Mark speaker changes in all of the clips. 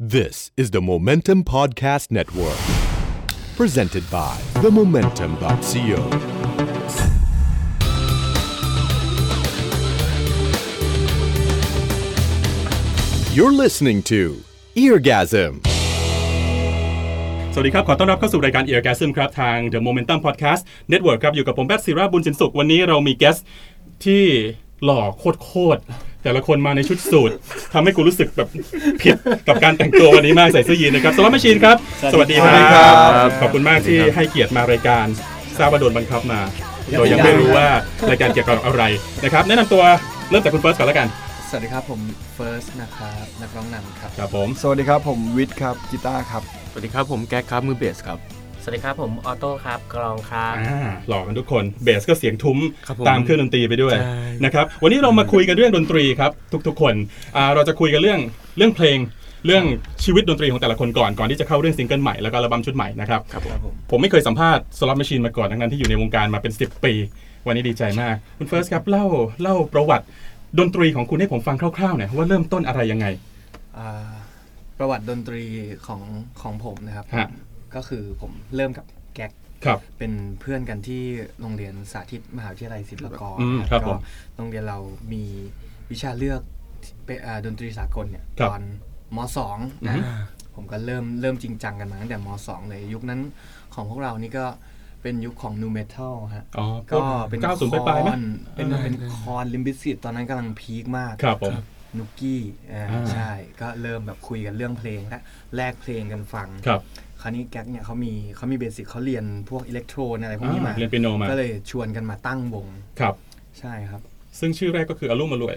Speaker 1: This is the Momentum Podcast Network, presented by themomentum.co. โ You're listening to Eargasm.
Speaker 2: สวัสดีครับ ขอต้อนรับเข้าสู่รายการเอียร์แกซึมครับ ทาง The Momentum Podcast Network ครับ อยู่กับผมแบทศิราบุญสินสุข วันนี้เรามีแกสที่หล่อโคตรๆ แต่ละคนมาในชุดสูททำให้กูรู้สึกแบบผิดกับการแต่งตัววันนี้มากใส่เสื้อยีนนะครับสวัสดีชินครับ สวัสดีครับ ขอบคุณมากที่ให้เกียรติมารายการทราบว่าโดนบังคับมาโดยยังไม่รู้ว่ารายการเกี่ยวกับอะไรนะครับ แนะนำตัวเริ่มจากคุณเฟิร์สก่อนแล้วกัน
Speaker 3: สวัสดีครับ ผมเฟิร์สนะครับนักร้องนำครับ
Speaker 2: ครับผม
Speaker 4: สวัสดีครับ ผมวิทย์ครับกีตาร์ครับ
Speaker 5: สวัสดีครับผมแก๊กครับมือเบสครับ
Speaker 6: สวัสดีครับผมออโต้ครับกรองครับ
Speaker 2: อ่าหล่อกันทุกคนเบสก็เสียงทุ้ม
Speaker 5: ครับผม
Speaker 2: ตามเครื่องดนตรีไปด้วย
Speaker 5: ใช่
Speaker 2: นะครับวันนี้เรามาคุยกันเรื่องดนตรีครับทุกๆคนอ่าเราจะคุยกันเรื่องเรื่องเพลง เรื่องชีวิตดนตรีของแต่ละคนก่อนก่อนที่จะเข้าเรื่องซิงเกิลใหม่แล้วก็อัลบั้มชุดใหม่นะครับ
Speaker 5: ครับผม
Speaker 2: ผมไม่เคยสัมภาษณ์สล็อตแมชชีนมาก่อนทั้งนั้นที่อยู่ในวงการมาเป็น 10 ปี วันนี้ดีใจมาก คุณเฟิร์สครับเล่าเล่าประวัติดนตรีของคุณให้ผมฟังคร่าวๆหน่อยว่าเริ่มต้นอะไรยังไง
Speaker 3: อ่าประวัติดนตรีของของผมนะครับ
Speaker 2: ฮะ
Speaker 3: ก็คือผมเริ่มกับแก๊ก
Speaker 2: ครับ
Speaker 3: เป็นเพื่อนกันที่โรงเรียนสาธิตมหาวิทยาลัยศิลปากร
Speaker 2: อืม
Speaker 3: นะครับ
Speaker 2: ผ
Speaker 3: ก็
Speaker 2: ม
Speaker 3: โรงเรียนเรามีวิชาเลือกที่เป็นอ่าดนตรีสากลเนี่ย
Speaker 2: ครั
Speaker 3: ต
Speaker 2: บ
Speaker 3: อนมสอง
Speaker 2: อือ
Speaker 3: นะ
Speaker 2: ฮึ
Speaker 3: ผมก็เริ่มเริ่มจริงจังกันมาตั้งแต่มสองเลย ยุคนั้นของพวกเรานี่ก็เป็นยุคของนูเมทัลฮะ
Speaker 2: อ๋อ
Speaker 3: ก็เป็น
Speaker 2: ก้าศูนย์ปลายๆไหม
Speaker 3: คอนเป็นเป็นคอนลิมบิสิตตอนนั้นกำลังพีคมาก
Speaker 2: ครับผม
Speaker 3: นุกกี้อ่า
Speaker 2: อ่า
Speaker 3: ใช่ก็เริ่มแบบคุยกันเรื่องเพลงและแลกเพลงกันฟัง
Speaker 2: ครับ
Speaker 3: คราวนี้แก๊กเนี่ยเขามีเขามีเบสิกเขาเรียนพวกอิเล็กโทรนอะไรพวกนี้
Speaker 2: อ่าม
Speaker 3: มา
Speaker 2: เรียนเปียโนมา
Speaker 3: ก็เลยชวนกันมาตั้งวง
Speaker 2: ครับ
Speaker 3: ใช่ครับ
Speaker 2: ซึ่งชื่อแรกก็คืออารมณ์มารวย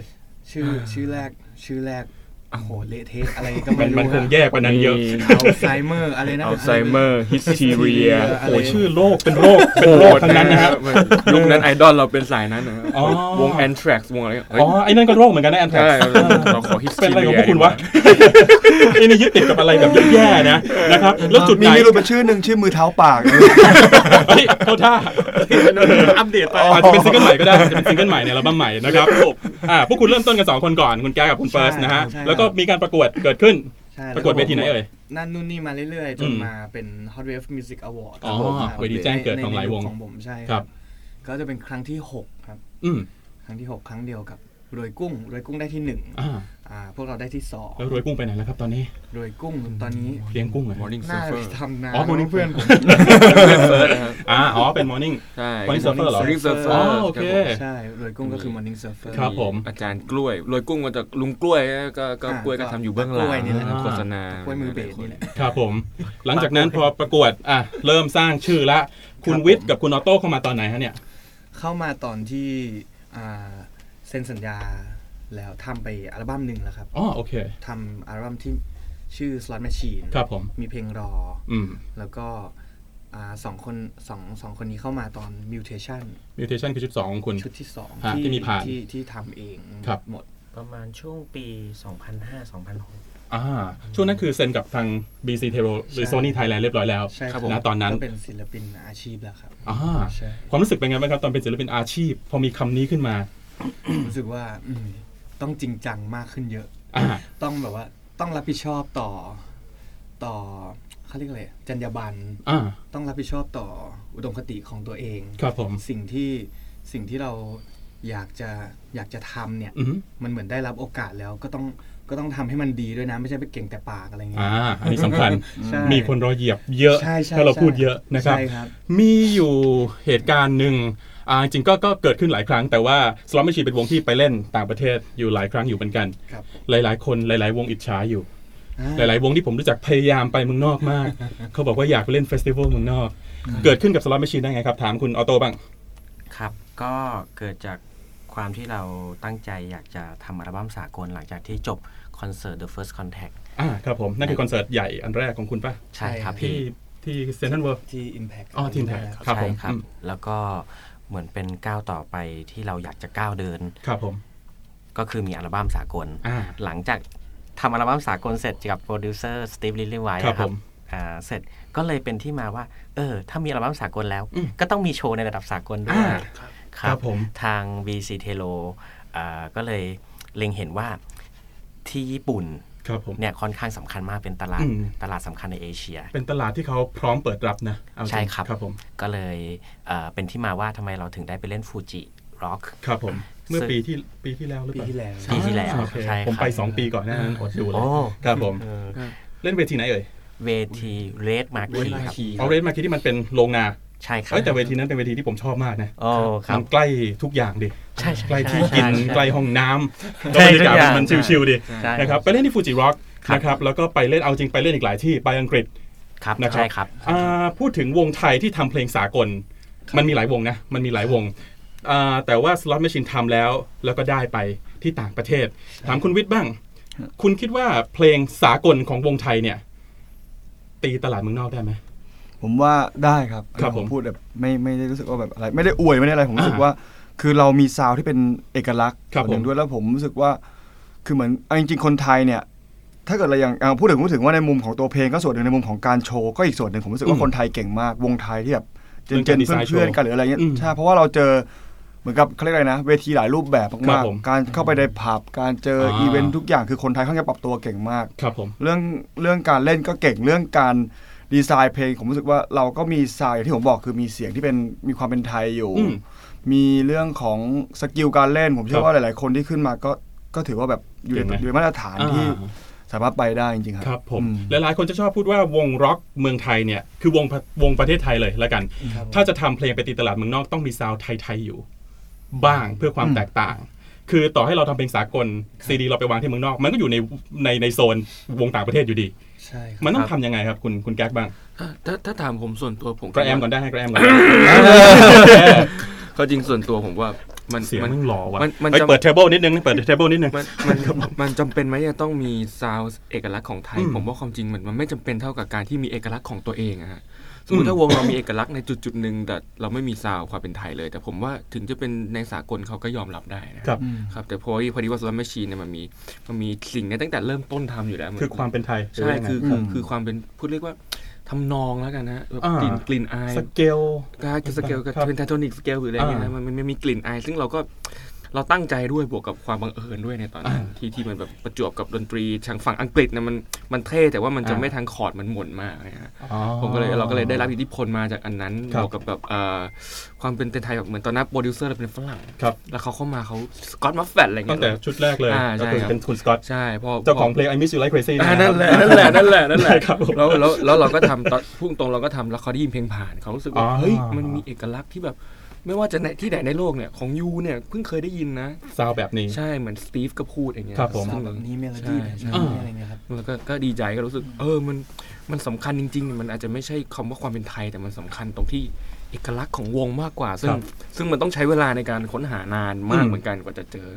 Speaker 3: ชื่อชื่อแรกชื่อแรกโอ้โหเละเทะอะไรก็
Speaker 2: มั
Speaker 3: ไม่
Speaker 2: น
Speaker 3: รู้
Speaker 2: มันคง
Speaker 3: ฮะ
Speaker 2: แย่กว่านั้นเยอะ
Speaker 5: มี
Speaker 3: อัลไซเมอร์อะไรนะ
Speaker 5: อัลไซเมอร์ฮิสเทีย
Speaker 2: โอ
Speaker 3: โอ้
Speaker 2: ้
Speaker 3: โห
Speaker 2: โหชื่อโลกเป็นโลก เป็นโลกทั้งนั้นนะฮะ
Speaker 5: ยุคนั้นไอดอลเราเป็นสายนั้นนะฮะ
Speaker 2: อ๋อ
Speaker 5: วงแอนทรักวงอะไรเงี้ยเฮ้ย
Speaker 2: อ๋อ ไอ้นั่นก็โรคเหมือนกันนะแอนแท
Speaker 5: ใช่
Speaker 2: ก
Speaker 5: เราขอฮิสเที
Speaker 2: เป็นอะ
Speaker 5: ย
Speaker 2: ไรของพวกคุณวะ ไอ้นี่ยึดติดกับอะไรแบบแย่ๆนะ นะครับ แล้วจุดไห
Speaker 4: มี
Speaker 2: น
Speaker 4: มีรูปเป็นชื่อหนึ่งชื่อมือเท้า ปาก
Speaker 2: เฮ้ยเข้า ท่า
Speaker 6: อัปเดตไป
Speaker 2: อาจจะเป็นซิงเกิลใหม่ก็ได้อาจจะเป็นซิงเกิลใหม่ในอัลบั้มใหม่นะครับอ่าพวกคุณเริ่มต้นกันสองคนก่อน คุณแก้กับคุณเฟิร์สนะฮะ
Speaker 3: ใช่ครับ
Speaker 2: แล้วก็มีการประกวดเกิดขึ้น
Speaker 3: ใช่
Speaker 2: ประกวดเวทีไหนเอ่ย
Speaker 3: นั่นนู่นนี่มาเรื่อยๆ จน
Speaker 2: อืม
Speaker 3: มาเป็น Hot Wave Music Award
Speaker 2: อ๋อ
Speaker 3: ครับผมครับ
Speaker 2: เวทีแจ้งเกิด
Speaker 3: ใน
Speaker 2: ของหลาย
Speaker 3: ใน
Speaker 2: วง
Speaker 3: ของผมใช่
Speaker 2: ครับ
Speaker 3: ก็จะเป็นครั้งที่ 6 ครับ
Speaker 2: อืม
Speaker 3: ครั้งที่ 6 ครั้งเดียวกับรวยกุ้งรวยกุ้งได้ที่1นึ่ง
Speaker 2: อ่า
Speaker 3: อ่าพวกเราได้ที่สอง
Speaker 2: แล้วรวยกุ้งไปไหนแล้วครับตอนนี้
Speaker 3: รวยกุ้งตอนนี้
Speaker 2: เลี้ยงกุ้งเหรอ
Speaker 5: มอร์นิ่งเซิ
Speaker 3: น่า
Speaker 5: ร์ฟเฟ
Speaker 3: จะ
Speaker 5: อร์
Speaker 3: ทำนา
Speaker 2: อ๋อ morning
Speaker 3: เพื่อน
Speaker 2: อ่าอ๋อ เป็น morning
Speaker 5: ใช่
Speaker 2: morning surfer เหรอ
Speaker 5: Morning Surfer
Speaker 2: อ๋อโอเค
Speaker 3: ใช่รวยกุ้งก็คือ Morning Surfer
Speaker 2: ครับผม
Speaker 5: อาจารย์กล้วยรวยกุ้งมาจากลุงกล้วยนะก็ก็
Speaker 3: อ่าก
Speaker 5: ล้วยก็ทำอยู่เบื้องห
Speaker 3: ก
Speaker 5: ลั
Speaker 3: ล้วย
Speaker 5: ง
Speaker 3: นี่แหละ
Speaker 5: โฆษณาก
Speaker 3: ล้วยมือเบสนี่แหละ
Speaker 2: ครับผม หลังจากนั้นพอประกวดอ่ะเริ่มสร้างชื่อละ คุณ
Speaker 3: ครับ
Speaker 2: วิทย์กับคุณออโต้เข้ามาตอนไหนฮะเนี่ย
Speaker 3: เข้ามาตอนที่อ่าเซ็นสัญญาแล้วทำไปอัลบั้มหนึ่งแล้วครับ
Speaker 2: อ๋อโอเค
Speaker 3: ทำอัลบั้มที่ชื่อ Slot Machine
Speaker 2: ครับผม
Speaker 3: มีเพลงรอ
Speaker 2: อืม
Speaker 3: แล้วก็อ่าสองคนสองสองคนนี้เข้ามาตอน mutation
Speaker 2: mutation คือชุดสองของคุณ
Speaker 3: ชุดที่สอง
Speaker 2: ฮะที่มีผ่าน
Speaker 3: ที่ที่ทำเอง
Speaker 2: ครับ
Speaker 3: หมด
Speaker 6: ประมาณช่วงปี 2005-2006
Speaker 2: อ่า ช่วงนั้นคือเซ็นกับทาง BC t e r o หรือ
Speaker 3: ใช่
Speaker 2: Sony Thailand เรียบร้อยแล้ว
Speaker 3: ใช่ครับ
Speaker 2: นะตอนนั้น
Speaker 3: ก็เป็นศิลปินอาชีพแล้วครับ
Speaker 2: อ่า
Speaker 3: ใช่
Speaker 2: ความรู้สึกเป็นไงบ้างครับ ตอนเป็นศิลปินอาชีพ พอมีคำนี้ขึ้นมา
Speaker 3: รู้สึกว่าอืมต้องจริงจังมากขึ้นเยอะ
Speaker 2: อ่า
Speaker 3: ต้องแบบว่าต้องรับผิดชอบต่อต่อเขาเรียกอะไรจรรยาบรรณ
Speaker 2: อ่า
Speaker 3: ต้องรับผิดชอบต่ออุดมคติของตัวเอง
Speaker 2: ครับผม
Speaker 3: สิ่งที่สิ่งที่เราอยากจะอยากจะทำเนี่ย
Speaker 2: อืม
Speaker 3: มันเหมือนได้รับโอกาสแล้วก็ต้องก็ต้องทำให้มันดีด้วยนะ ไม่ใช่ไปเก่งแต่ปากอะไรเงี้
Speaker 2: อ่า
Speaker 3: ย
Speaker 2: อันนี้สำคัญ
Speaker 3: ใช่
Speaker 2: มีคนรอเหยียบเยอะ
Speaker 3: ใช่ใช่
Speaker 2: ถ้าเรา
Speaker 3: ใช่
Speaker 2: พูดเยอะนะครับ
Speaker 3: ใช่ครับ
Speaker 2: มีอยู่เหตุการณ์หนึ่งอ่าจริงๆก็ก็เกิดขึ้นหลายครั้ง แต่ว่า Slot Machine เป็นวงที่ไปเล่นต่างประเทศอยู่หลายครั้งอยู่เหมือนกัน
Speaker 3: ครับ
Speaker 2: หลายๆ คนหลาย ๆ วงอิจฉาอยู่
Speaker 3: อ่า
Speaker 2: หลาย ๆ วงที่ผมรู้จักพยายามไปเมืองนอกมาก เขาบอกว่าอยากไปเล่นเฟสติวัลเมืองนอก เกิดขึ้นกับสล็อตแมชชีนได้ไงครับ ถามคุณออโต้บ้าง
Speaker 6: ครับ ก็เกิดจากความที่เราตั้งใจอยากจะทำอัลบั้มสากลหลังจากที่จบคอนเสิร์ต The First Contact
Speaker 2: อ่าครับผม นั่นคือคอนเสิร์ตใหญ่อันแรกของคุณป่ะ
Speaker 6: ใช่ครับ
Speaker 2: ที่
Speaker 6: พี่
Speaker 2: ที่เซนทรัลเวิร์
Speaker 3: ที่ Impact
Speaker 2: อ๋อที่ Impact
Speaker 3: ใช่
Speaker 2: ครับ
Speaker 6: ใช่
Speaker 2: ผม
Speaker 6: ครับ
Speaker 2: อืม
Speaker 6: แล้วก็เหมือนเป็นก้าวต่อไปที่เราอยากจะก้าวเดิน
Speaker 2: ครับผม
Speaker 6: ก็คือมีอัลบั้มสากล
Speaker 2: อ่า
Speaker 6: หลังจากทำอัลบั้มสากลเสร็จกับโปรดิวเซอร์สตีฟลิลลี่ไวท์
Speaker 2: ครับ
Speaker 6: นะค
Speaker 2: ผ
Speaker 6: รับ
Speaker 2: ม
Speaker 6: อ่าเสร็จก็เลยเป็นที่มาว่า เออ ถ้ามีอัลบั้มสากลแล้ว
Speaker 2: อืม
Speaker 6: ก็ต้องมีโชว์ในระดับสากลด้วย
Speaker 2: อ่า
Speaker 6: ค
Speaker 2: ครั
Speaker 6: รับบ
Speaker 2: ผม
Speaker 6: ทาง BC t e l o อ่าก็เลยเล็งเห็นว่าที่ญี่ปุ่น
Speaker 2: ครับผม
Speaker 6: เนี่ยค่อนข้างสำคัญมากเป็นตลาด
Speaker 2: อืม
Speaker 6: ตลาดสำคัญในเอเชีย
Speaker 2: เป็นตลาดที่เขาพร้อมเปิดรับนะเอาจง
Speaker 6: ใช่ครับ
Speaker 2: ครับผม
Speaker 6: ก็เลยเอ่อเป็นที่มาว่าทำไมเราถึงได้ไปเล่นฟูจิร็อก
Speaker 2: ครับผมเมื่อ
Speaker 6: ซึ่ง
Speaker 2: ปีที่ปีที่แล้วหรือ
Speaker 3: ปี
Speaker 2: เปล่า
Speaker 3: ที่แล้ว
Speaker 6: ปีที่แล้ว
Speaker 2: โอเค
Speaker 6: ใช่ครับ
Speaker 2: ผมไป 2 ปีก่อนหนานั้นอดดูเลย
Speaker 6: โอ้
Speaker 2: ครับผมเล่นเวทีไหนเอ่ย
Speaker 6: เวทีเรดมาร์คีครับ
Speaker 2: เอาเรนมาคิดที่มันเป็นโรงนา
Speaker 6: ใช่ครับ
Speaker 2: เอ้ยแต่เวทีนั้นเป็นเวทีที่ผมชอบมากนะ
Speaker 6: โอ้ครั
Speaker 2: มั
Speaker 6: บ
Speaker 2: นใกล้ทุกอย่างดิ
Speaker 6: ใช่ใช่
Speaker 2: ใกล้ที่
Speaker 6: ใช่
Speaker 2: กิน
Speaker 6: ใช่
Speaker 2: ใกล้ห้องน้ำแล้วบ
Speaker 6: ใช่
Speaker 2: รรยากาศ
Speaker 6: ทุกอย่าง
Speaker 2: มัน
Speaker 6: ใช่
Speaker 2: ชิลๆดี
Speaker 6: ใช่
Speaker 2: นะครับไปเล่นที่ฟูจิร็อก
Speaker 6: ครับ
Speaker 2: นะครับแล้วก็ไปเล่นเอาจริงไปเล่นอีกหลายที่ไปอังกฤษ
Speaker 6: ครับ
Speaker 2: นะครับ
Speaker 6: ใช่ครับ
Speaker 2: อ่าพูดถึงวงไทยที่ทำเพลงสากล มันมีหลายวงนะ มันมีหลายวงอ่าแต่ว่า Slot Machine ทำแล้ว แล้วก็ได้ไปที่ต่างประเทศ ถามคุณวิทย์บ้าง คุณคิดว่าเพลงสากลของวงไทยเนี่ย ตีตลาดเมืองนอกได้ไหม
Speaker 4: ผมว่าได้ครับ
Speaker 2: ครับ
Speaker 4: ผ
Speaker 2: ผม
Speaker 4: มพูดแบบไม่ไม่ได้รู้สึกว่าแบบอะไร ไม่ได้อวยไม่ได้อะไรผมรู้สึก
Speaker 2: อ่า
Speaker 4: ว่า คือเรามีซาวด์ที่เป็นเอกลักษณ์
Speaker 2: ครับ
Speaker 4: ส่วนห
Speaker 2: ผ
Speaker 4: นึ่
Speaker 2: ม
Speaker 4: งด้วยแล้วผมรู้สึกว่า คือเหมือนเอาจริงๆคนไทยเนี่ย ถ้าเกิดเราอย่างอ่าพูดถึงพูดถึงว่าในมุมของตัวเพลงก็ส่วนหนึ่งในมุมของการโชว์ก็อีกส่วนหนึ่งผมรู้สึก
Speaker 2: อื
Speaker 4: ว่าม คนไทยเก่งมาก วงไทยที่แบบเจน
Speaker 2: เรื่
Speaker 4: เจ
Speaker 2: อง
Speaker 4: น
Speaker 2: การ
Speaker 4: เพื่อน
Speaker 2: design
Speaker 4: เพื่อน
Speaker 2: show
Speaker 4: กันหรืออะไรเงี้ย
Speaker 2: อืม
Speaker 4: ใช่เพราะว่าเราเจอเหมือนกับเขาเรียกอะไรนะ เวทีหลายรูปแบบ
Speaker 2: ครั
Speaker 4: มา
Speaker 2: บ
Speaker 4: ก
Speaker 2: ผม
Speaker 4: ๆการเข้าไปในผับการเจออา อีเวนต์ทุกอย่างคือคนไทยเขาจะปรับตัวเก่งมาก
Speaker 2: ครับผม
Speaker 4: เรื่องเรื่องการเล่นก็เก่งเรื่องการดีไซน์เพลง ผมรู้สึกว่าเราก็มีสไตล์ที่ผมบอกคือมีเสียงที่เป็นมีความเป็นไทยอยู่
Speaker 2: อืม
Speaker 4: มีเรื่องของสกิลการเล่น ผมเชื่
Speaker 2: ครั
Speaker 4: อบ ว่าหลาย ๆ คนที่ขึ้นมาก็ก็ถือว่าแบบอยู่ใน
Speaker 2: เก่งนะ
Speaker 4: อยู่ในมาตรฐาน
Speaker 2: อ่า
Speaker 4: ที่สามารถไปได้จริง ๆ ค
Speaker 2: ค
Speaker 4: รั
Speaker 2: รับผม
Speaker 4: อืม
Speaker 2: หลายๆคนจะชอบพูดว่าวงร็อกเมืองไทยเนี่ย คือวงวงประเทศไทยเลยแล้วกัน ถ้าจะทำเพลงไปตีตลาดเมืองนอกต้องมีซาวด์ไทยๆอยู่ บ้างเพื่อความแตกต่าง คือต่อให้เราทำเพลงสากลซีดีเราไปวางที่เมืองนอก มันก็อยู่ในในในโซนวงต่างประเทศอยู่ดี
Speaker 3: ใช่ครับ
Speaker 2: มันต้องทำยังไงครับคุณคุณแก๊กบ้าง
Speaker 5: ถ้าถ้าถามผมส่วนตัวผม
Speaker 2: กระแอมก่อนได้ให้กระแอมก่อน
Speaker 5: ก็จริงส่วนตัวผมว่ามัน
Speaker 2: เสียง
Speaker 5: มัน
Speaker 2: มันหล่อว่ะ
Speaker 5: มันมัน
Speaker 2: เฮ้ย
Speaker 5: จะ
Speaker 2: เปิดเทเบิลนิดนึงเปิดเทเบิลนิดนึง
Speaker 5: มันมันมันจำเป็นไหมจะต้องมีซาวเอกลักษณ์ของไทย
Speaker 2: อืม
Speaker 5: ผมว่าความจริงมันมันไม่จำเป็นเท่ากับการที่มีเอกลักษณ์ของตัวเองอะฮะสมมติถ้าวงเรามีเอกลักษณ์ในจุดจุดๆหนึ่งแต่เราไม่มีซาวความเป็นไทยเลย แต่ผมว่าถึงจะเป็นในสากลเขาก็ยอมรับได้นะครับ ครับแต่พอดีพอดีว่าสลัมแมชชีนเนี่ยมันมีมันมีสิ่งเนี้ตั้งแต่เริ่มต้นทำอยู่แล้วน
Speaker 2: คือความเป็นไทย
Speaker 5: ใช่คือคือ
Speaker 4: อืม
Speaker 5: คือความเป็นพูดเรียกว่าทำนองแล้วกันนะแบบ
Speaker 2: อ่าก
Speaker 5: ลิ่นกลิ่นอาย
Speaker 2: สเกล
Speaker 5: การสเกลกับ
Speaker 2: ครับ
Speaker 5: เป็นไททอนิกสเกลหรืออะไรเนี่ยนะ
Speaker 2: อ่ามั
Speaker 5: มันมันมันมีกลิ่นอาย ซึ่งเราก็เราตั้งใจด้วยบวกกับความบังเอิญด้วยในตอนนั้นที่ที่มันแบบประจวบกับดนตรีทางฝั่งอังกฤษนะมันมันเท่แต่ว่ามันจะ
Speaker 2: อ่า
Speaker 5: ไม่ทางคอร์ดมันหม่นมากนะฮะผมก็เลยเราก็เลยได้รับอิทธิพลมาจากอันนั้น
Speaker 2: ครับ
Speaker 5: บวกกับแบบเอ่อความเป็นไทยแบบเหมือนตอนนั้นโปรดิวเซอร์เราเป็นฝรั่ง
Speaker 2: ครับ
Speaker 5: แล้วเขาเข้ามาเขาสกอตมัฟแฟตอะไรเงี้ย
Speaker 2: ตั้งแต่ชุดแรกเลย
Speaker 5: อ่าใช่
Speaker 2: ก็คือ
Speaker 5: ครับ
Speaker 2: เป็นคุณสกอต
Speaker 5: ใช่พอ
Speaker 2: เจ้าของเพลง I Miss You Like Crazy
Speaker 5: อ่า
Speaker 2: ครั
Speaker 5: นั่
Speaker 2: บ
Speaker 5: นแหละนั่นแหละนั่นแหละนั่นแหละ
Speaker 2: ครับผม
Speaker 5: แล้วแล้วแล้วเราก็ทำตอนพุ่งตรงเราก็ทำแล้วเขาได้ยินเพลงผ่านเขารู้สึกว่า
Speaker 2: อ๋อ
Speaker 5: เฮ้ยมันมีเอกลักษณ์ที่แบบ ไม่ว่าจะในที่ไหนในโลกเนี่ยของยูเนี่ยเพิ่งเคยได้ยินนะ
Speaker 2: ซาวด์แบบนี้
Speaker 5: ใช่เหมือนสตีฟก็พูดอย่างเงี้ย
Speaker 2: ครับผม
Speaker 5: ซึ่ง
Speaker 3: แบ
Speaker 5: เรา
Speaker 3: บนี้เมโลดี้แบบ
Speaker 5: ใช่
Speaker 3: นี้อะไรเงี้ยครับ
Speaker 5: แล้วก็ก็ดีใจก็รู้สึก เออมันมันสำคัญจริงๆ มันอาจจะไม่ใช่คำว่าความเป็นไทยแต่มันสำคัญตรงที่เอกลักษณ์ของวงมากกว่า ซึ่
Speaker 2: ค
Speaker 5: ง
Speaker 2: รับ
Speaker 5: ซึ่งมันต้องใช้เวลาในการค้นหานานมา
Speaker 2: อื
Speaker 5: ก
Speaker 2: ม
Speaker 5: เหมือนกันกว่าจะเจอ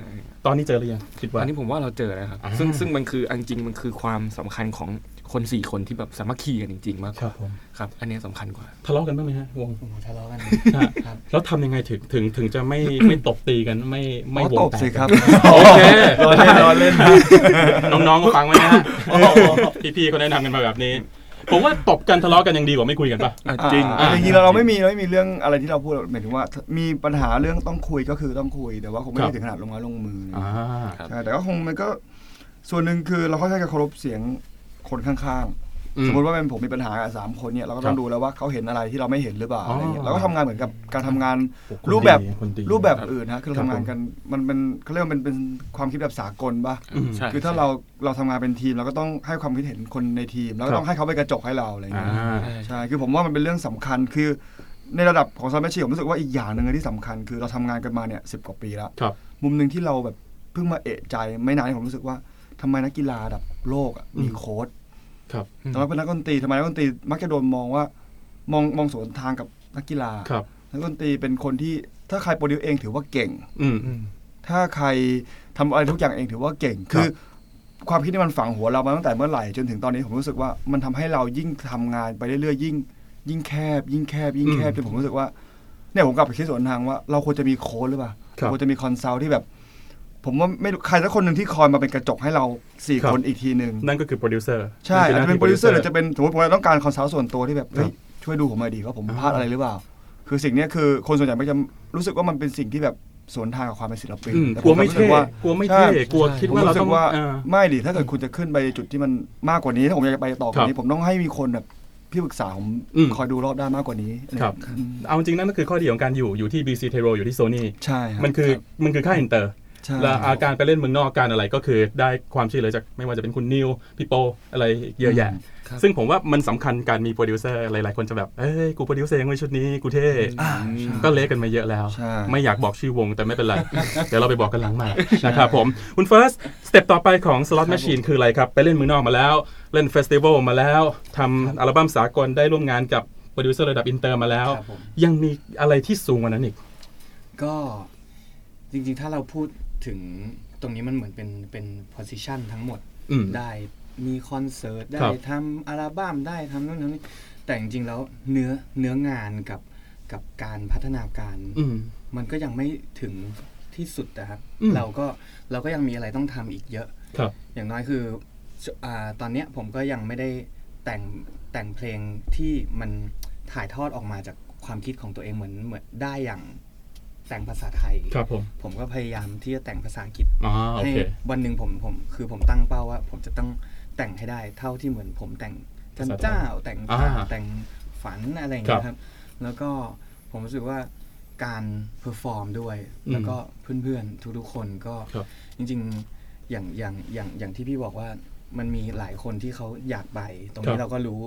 Speaker 2: ตอนนี้เจอหรือยังคิดว่า
Speaker 5: อันนี้ผมว่าเราเจอนะครับ
Speaker 2: อ่า
Speaker 5: ซึ่งซึ่งมันคืออันจริงมันคือความสำคัญของคนสี่คนที่แบบสามัคคีกันจริง ๆ มาก
Speaker 2: ค
Speaker 5: ก
Speaker 2: รั
Speaker 5: ว่า
Speaker 2: บผม
Speaker 5: ครับ อันเนี้ยสำคัญกว่า
Speaker 2: ทะเลาะกันบ้างไหมฮะวง
Speaker 3: โอ้โหทะเลาะกัน ครับ
Speaker 2: แล้วทำยังไงถึงถึงถึงจะไม่ ไม่ตบตีกันไม่ไม่
Speaker 4: อ๋อ
Speaker 2: วง
Speaker 4: ตบ
Speaker 2: แต
Speaker 4: สิ
Speaker 2: ก
Speaker 4: ครับ
Speaker 2: โอเค
Speaker 4: รอเล่นรอเล่น
Speaker 2: น้องๆก็ฟังไว้นะฮะพี่ๆเขาแนะนำกันมาแบบนี้ ผมว่าตบกันทะเลาะกันยังดีกว่าไม่คุยกันปะ
Speaker 5: อ่ะจริง
Speaker 4: อ่า
Speaker 2: อ่า
Speaker 4: จริงๆเราเราไม่มีเราไม่มีเรื่องอะไรที่เราพูดหมายถึงว่า มีปัญหาเรื่องต้องคุยก็คือต้องคุยแต่ว่าคงไม่
Speaker 2: ครั
Speaker 4: ได้
Speaker 2: บ
Speaker 4: ถึงขนาดลงไม้ลงมือนะ
Speaker 2: อ่า
Speaker 5: ครับ
Speaker 4: ใช่แต่ก็คงมันก็ส่วนหนึ่งคือเราค่อนข้างจะเคารพเสียงคนข้าง
Speaker 2: อืม
Speaker 4: ๆ สมมติว่าเป็นผมมีปัญหากับสามคนเนี่ยเราก็ต้อ
Speaker 2: ครั
Speaker 4: ง
Speaker 2: บ
Speaker 4: ดูแล้วว่าเขาเห็นอะไรที่เราไม่เห็นหรือเปล่า
Speaker 2: อ๋ออ
Speaker 4: อะไรเงี้ยเราก็ทำงานเหมือนกับการทำงาน
Speaker 2: โอ้คนดี
Speaker 4: รูปแบบ
Speaker 2: คนดี
Speaker 4: รูปแบบ
Speaker 2: ครับ
Speaker 4: อื่นนะคือเรา
Speaker 2: ครับ
Speaker 4: ทำงานกันมันเป็นเขาเรียกว่ามันเป็นความคิดแบบสากลป่ะ
Speaker 2: อืม
Speaker 5: ใช่
Speaker 4: คือถ้าเราเราทำงานเป็นทีมเราก็ต้องให้ความคิดเห็นคนในทีม แล้วก็ต้องให้เขาไปนกระจกให้เราอะไร
Speaker 2: อ่า
Speaker 4: เงี้ย
Speaker 5: ใช่
Speaker 4: ใช่คือผมว่ามันเป็นเรื่องสำคัญคือในระดับของซาเมชีผมรู้สึกว่าอีกอย่างหนึ่งเลยที่สำคัญ คือเราทำงานกันมาเนี่ยสิบกว่าปีแล้ว
Speaker 2: ครับ
Speaker 4: มุมหนึ่งที่เราแบบเพิ่งมาเอะใจไม่นานผมรู้สึกว่าทำไมนักกีฬาระดับโลกอะมีโค้ด
Speaker 2: ครับ
Speaker 4: แต่ว่าเป็นนักดนตรีทำไมนักดนตรีมักจะโดนมองว่ามองมองสวนทางกับนักกีฬา
Speaker 2: ครับ
Speaker 4: นักดนตรีเป็นคนที่ถ้าใครโปรดิวเองถือว่าเก่ง
Speaker 2: อืม
Speaker 4: ถ้าใครทำอะไรทุกอย่างเองถือว่าเก่ง คือ ความคิดที่มันฝังหัวเรามาตั้งแต่เมื่อไหร่จนถึงตอนนี้ผมรู้สึกว่ามันทำให้เรายิ่งทำงานไปเรื่อยๆยิ่ง ยิ่งแคบ ยิ่งแคบยิ่งแคบ
Speaker 2: อืม
Speaker 4: จนผมรู้สึกว่าเนี่ยผมกลับไปคิดสวนทางว่าเราควรจะมีโค้ดหรือเปล่า
Speaker 2: ครับ
Speaker 4: ควรจะมีคอนซัลท์ที่แบบ ผมว่าไม่รู้ใครสักคนหนึ่งที่คอยมาเป็นกระจกให้เราสี่
Speaker 2: ครับ
Speaker 4: คนอีกทีหนึ่ง
Speaker 2: นั่นก็คือโปรดิวเซอร์
Speaker 4: ใช่อาจจะเป็นโปรดิวเซอร์หรือจะ
Speaker 2: น
Speaker 4: เป็นสมมติผมต้องการคอนซัลท์ส่วนตัวที่แบบ
Speaker 2: ค
Speaker 4: เฮ้ย
Speaker 2: รับ
Speaker 4: ช่วยดูผมหน่อยดีว่าผม
Speaker 2: อ่า
Speaker 4: พลาดอะไรหรือเปล่า คือสิ่งเนี้ยคือคนส่วนใหญ่ไม่จะรู้สึกว่ามันเป็นสิ่งที่แบบ สวนทางกับความเป็นศิลปิน
Speaker 2: อืม
Speaker 4: แต่
Speaker 2: กลัวไม่
Speaker 4: ผรู้สึ
Speaker 2: เท่
Speaker 4: ว่า
Speaker 2: กลัวไม่เท่
Speaker 4: ใช่
Speaker 2: กลัวคิด
Speaker 4: ผม
Speaker 2: ว่าเรา
Speaker 4: รู้สึ
Speaker 2: ต้อง
Speaker 4: กว่า
Speaker 2: อ่า
Speaker 4: ไม่ดิถ้าเกิดคุณจะขึ้นไปจุดที่มันมากกว่านี้ถ้าผมอยากจะไปต่อก
Speaker 2: ค
Speaker 4: ว่า
Speaker 2: รั
Speaker 4: นี้
Speaker 2: บ
Speaker 4: ผมต้องให้มีคนแบบพี่ปรึกษาผม
Speaker 2: อืม
Speaker 4: คอยดูรอบด้านมากกว่านี้อะไ
Speaker 2: ครับ
Speaker 4: อืม
Speaker 2: เอาจริงนั่นก็คือข้อดีของการอยู่อยู่ที่ BC t e r o อยู่ที่ Sony
Speaker 4: ใช่รับ
Speaker 2: มันคือ
Speaker 4: รับ
Speaker 2: มันคือค่ายอินเตอร์
Speaker 4: ใช่
Speaker 2: แล้วอาการไปเล่นเมืองนอกการอะไรก็คือได้ความช่วยเหลือจากไม่ว่าจะเป็นคุณนิวพี่โปอะไรเยอะแยะ ซึ่งผมว่ามันสำคัญการมีโปรดิวเซอร์หลายๆคนจะแบบเอ้ยกูโปรดิวเซอร์เองเว้ยชุดนี้กูเท่
Speaker 4: อ่าใช่
Speaker 2: ก็เละกันมาเยอะแล้ว
Speaker 4: ใช่
Speaker 2: ไม่อยากบอกชื่อวงแต่ไม่เป็นไร เดี๋ยวเราไปบอกกันหลังใหม่นะครับผม คุณเฟิร์สสเต็ปต่อไปของ Slot Machine คืออะไรครับ ไปเล่นเมืองนอกมาแล้ว เล่นเฟสติวัลมาแล้วทำอัลบั้มสากลได้ร่วมงานกับโปรดิวเซอร์ระดับอินเตอร์มาแล้ว
Speaker 3: ครับผม
Speaker 2: ยังมีอะไรที่สูงกว่านั้นอีก
Speaker 3: ก็จริงๆ ถ้าเราพูดถึงตรงนี้มันเหมือนเป็นเป็น position ทั้งหมด
Speaker 2: อืม
Speaker 3: ได้มีคอนเสิร์ต
Speaker 2: ครั
Speaker 3: ได้
Speaker 2: บ
Speaker 3: ทำอัลบั้มได้ทำนู่นทำนี่แต่จริงๆ แล้วเนื้อเนื้องานกับกับการพัฒนาการ
Speaker 2: อืม
Speaker 3: มันก็ยังไม่ถึงที่สุดนะครับ
Speaker 2: อืม
Speaker 3: เราก็เราก็ยังมีอะไรต้องทำอีกเยอะ
Speaker 2: ครับ
Speaker 3: อย่างน้อยคืออาตอนเนี้ยผมก็ยังไม่ได้แต่งแต่งเพลงที่มันถ่ายทอดออกมาจากความคิดของตัวเองเหมือนเหมือนได้อย่างแต่งภาษาไทย
Speaker 2: ครับผม
Speaker 3: ผมก็พยายามที่จะแต่งภาษาอังกฤษ
Speaker 2: อ๋อโอ
Speaker 3: ให้
Speaker 2: เค
Speaker 3: วันหนึ่งผมผมคือผมตั้งเป้าว่า ผมจะต้องแต่งให้ได้เท่าที่เหมือนผมแต่งจันเจ้า แต่ง
Speaker 2: อ่า
Speaker 3: ข่าวแต่งฝันอะไรอย่างเงี้ย
Speaker 2: ครับ
Speaker 3: ครับ แล้วก็ผมรู้สึกว่าการเพอร์ฟอร์มด้วย
Speaker 2: อืม
Speaker 3: แล้วก็เพื่อนๆ ทุกๆคนก็
Speaker 2: ครับ
Speaker 3: จริงๆอย่างอย่างอย่างอย่างที่พี่บอกว่ามันมีหลายคนที่เขาอยากไป ตรง
Speaker 2: ครั
Speaker 3: นี้
Speaker 2: บ
Speaker 3: เราก็รู้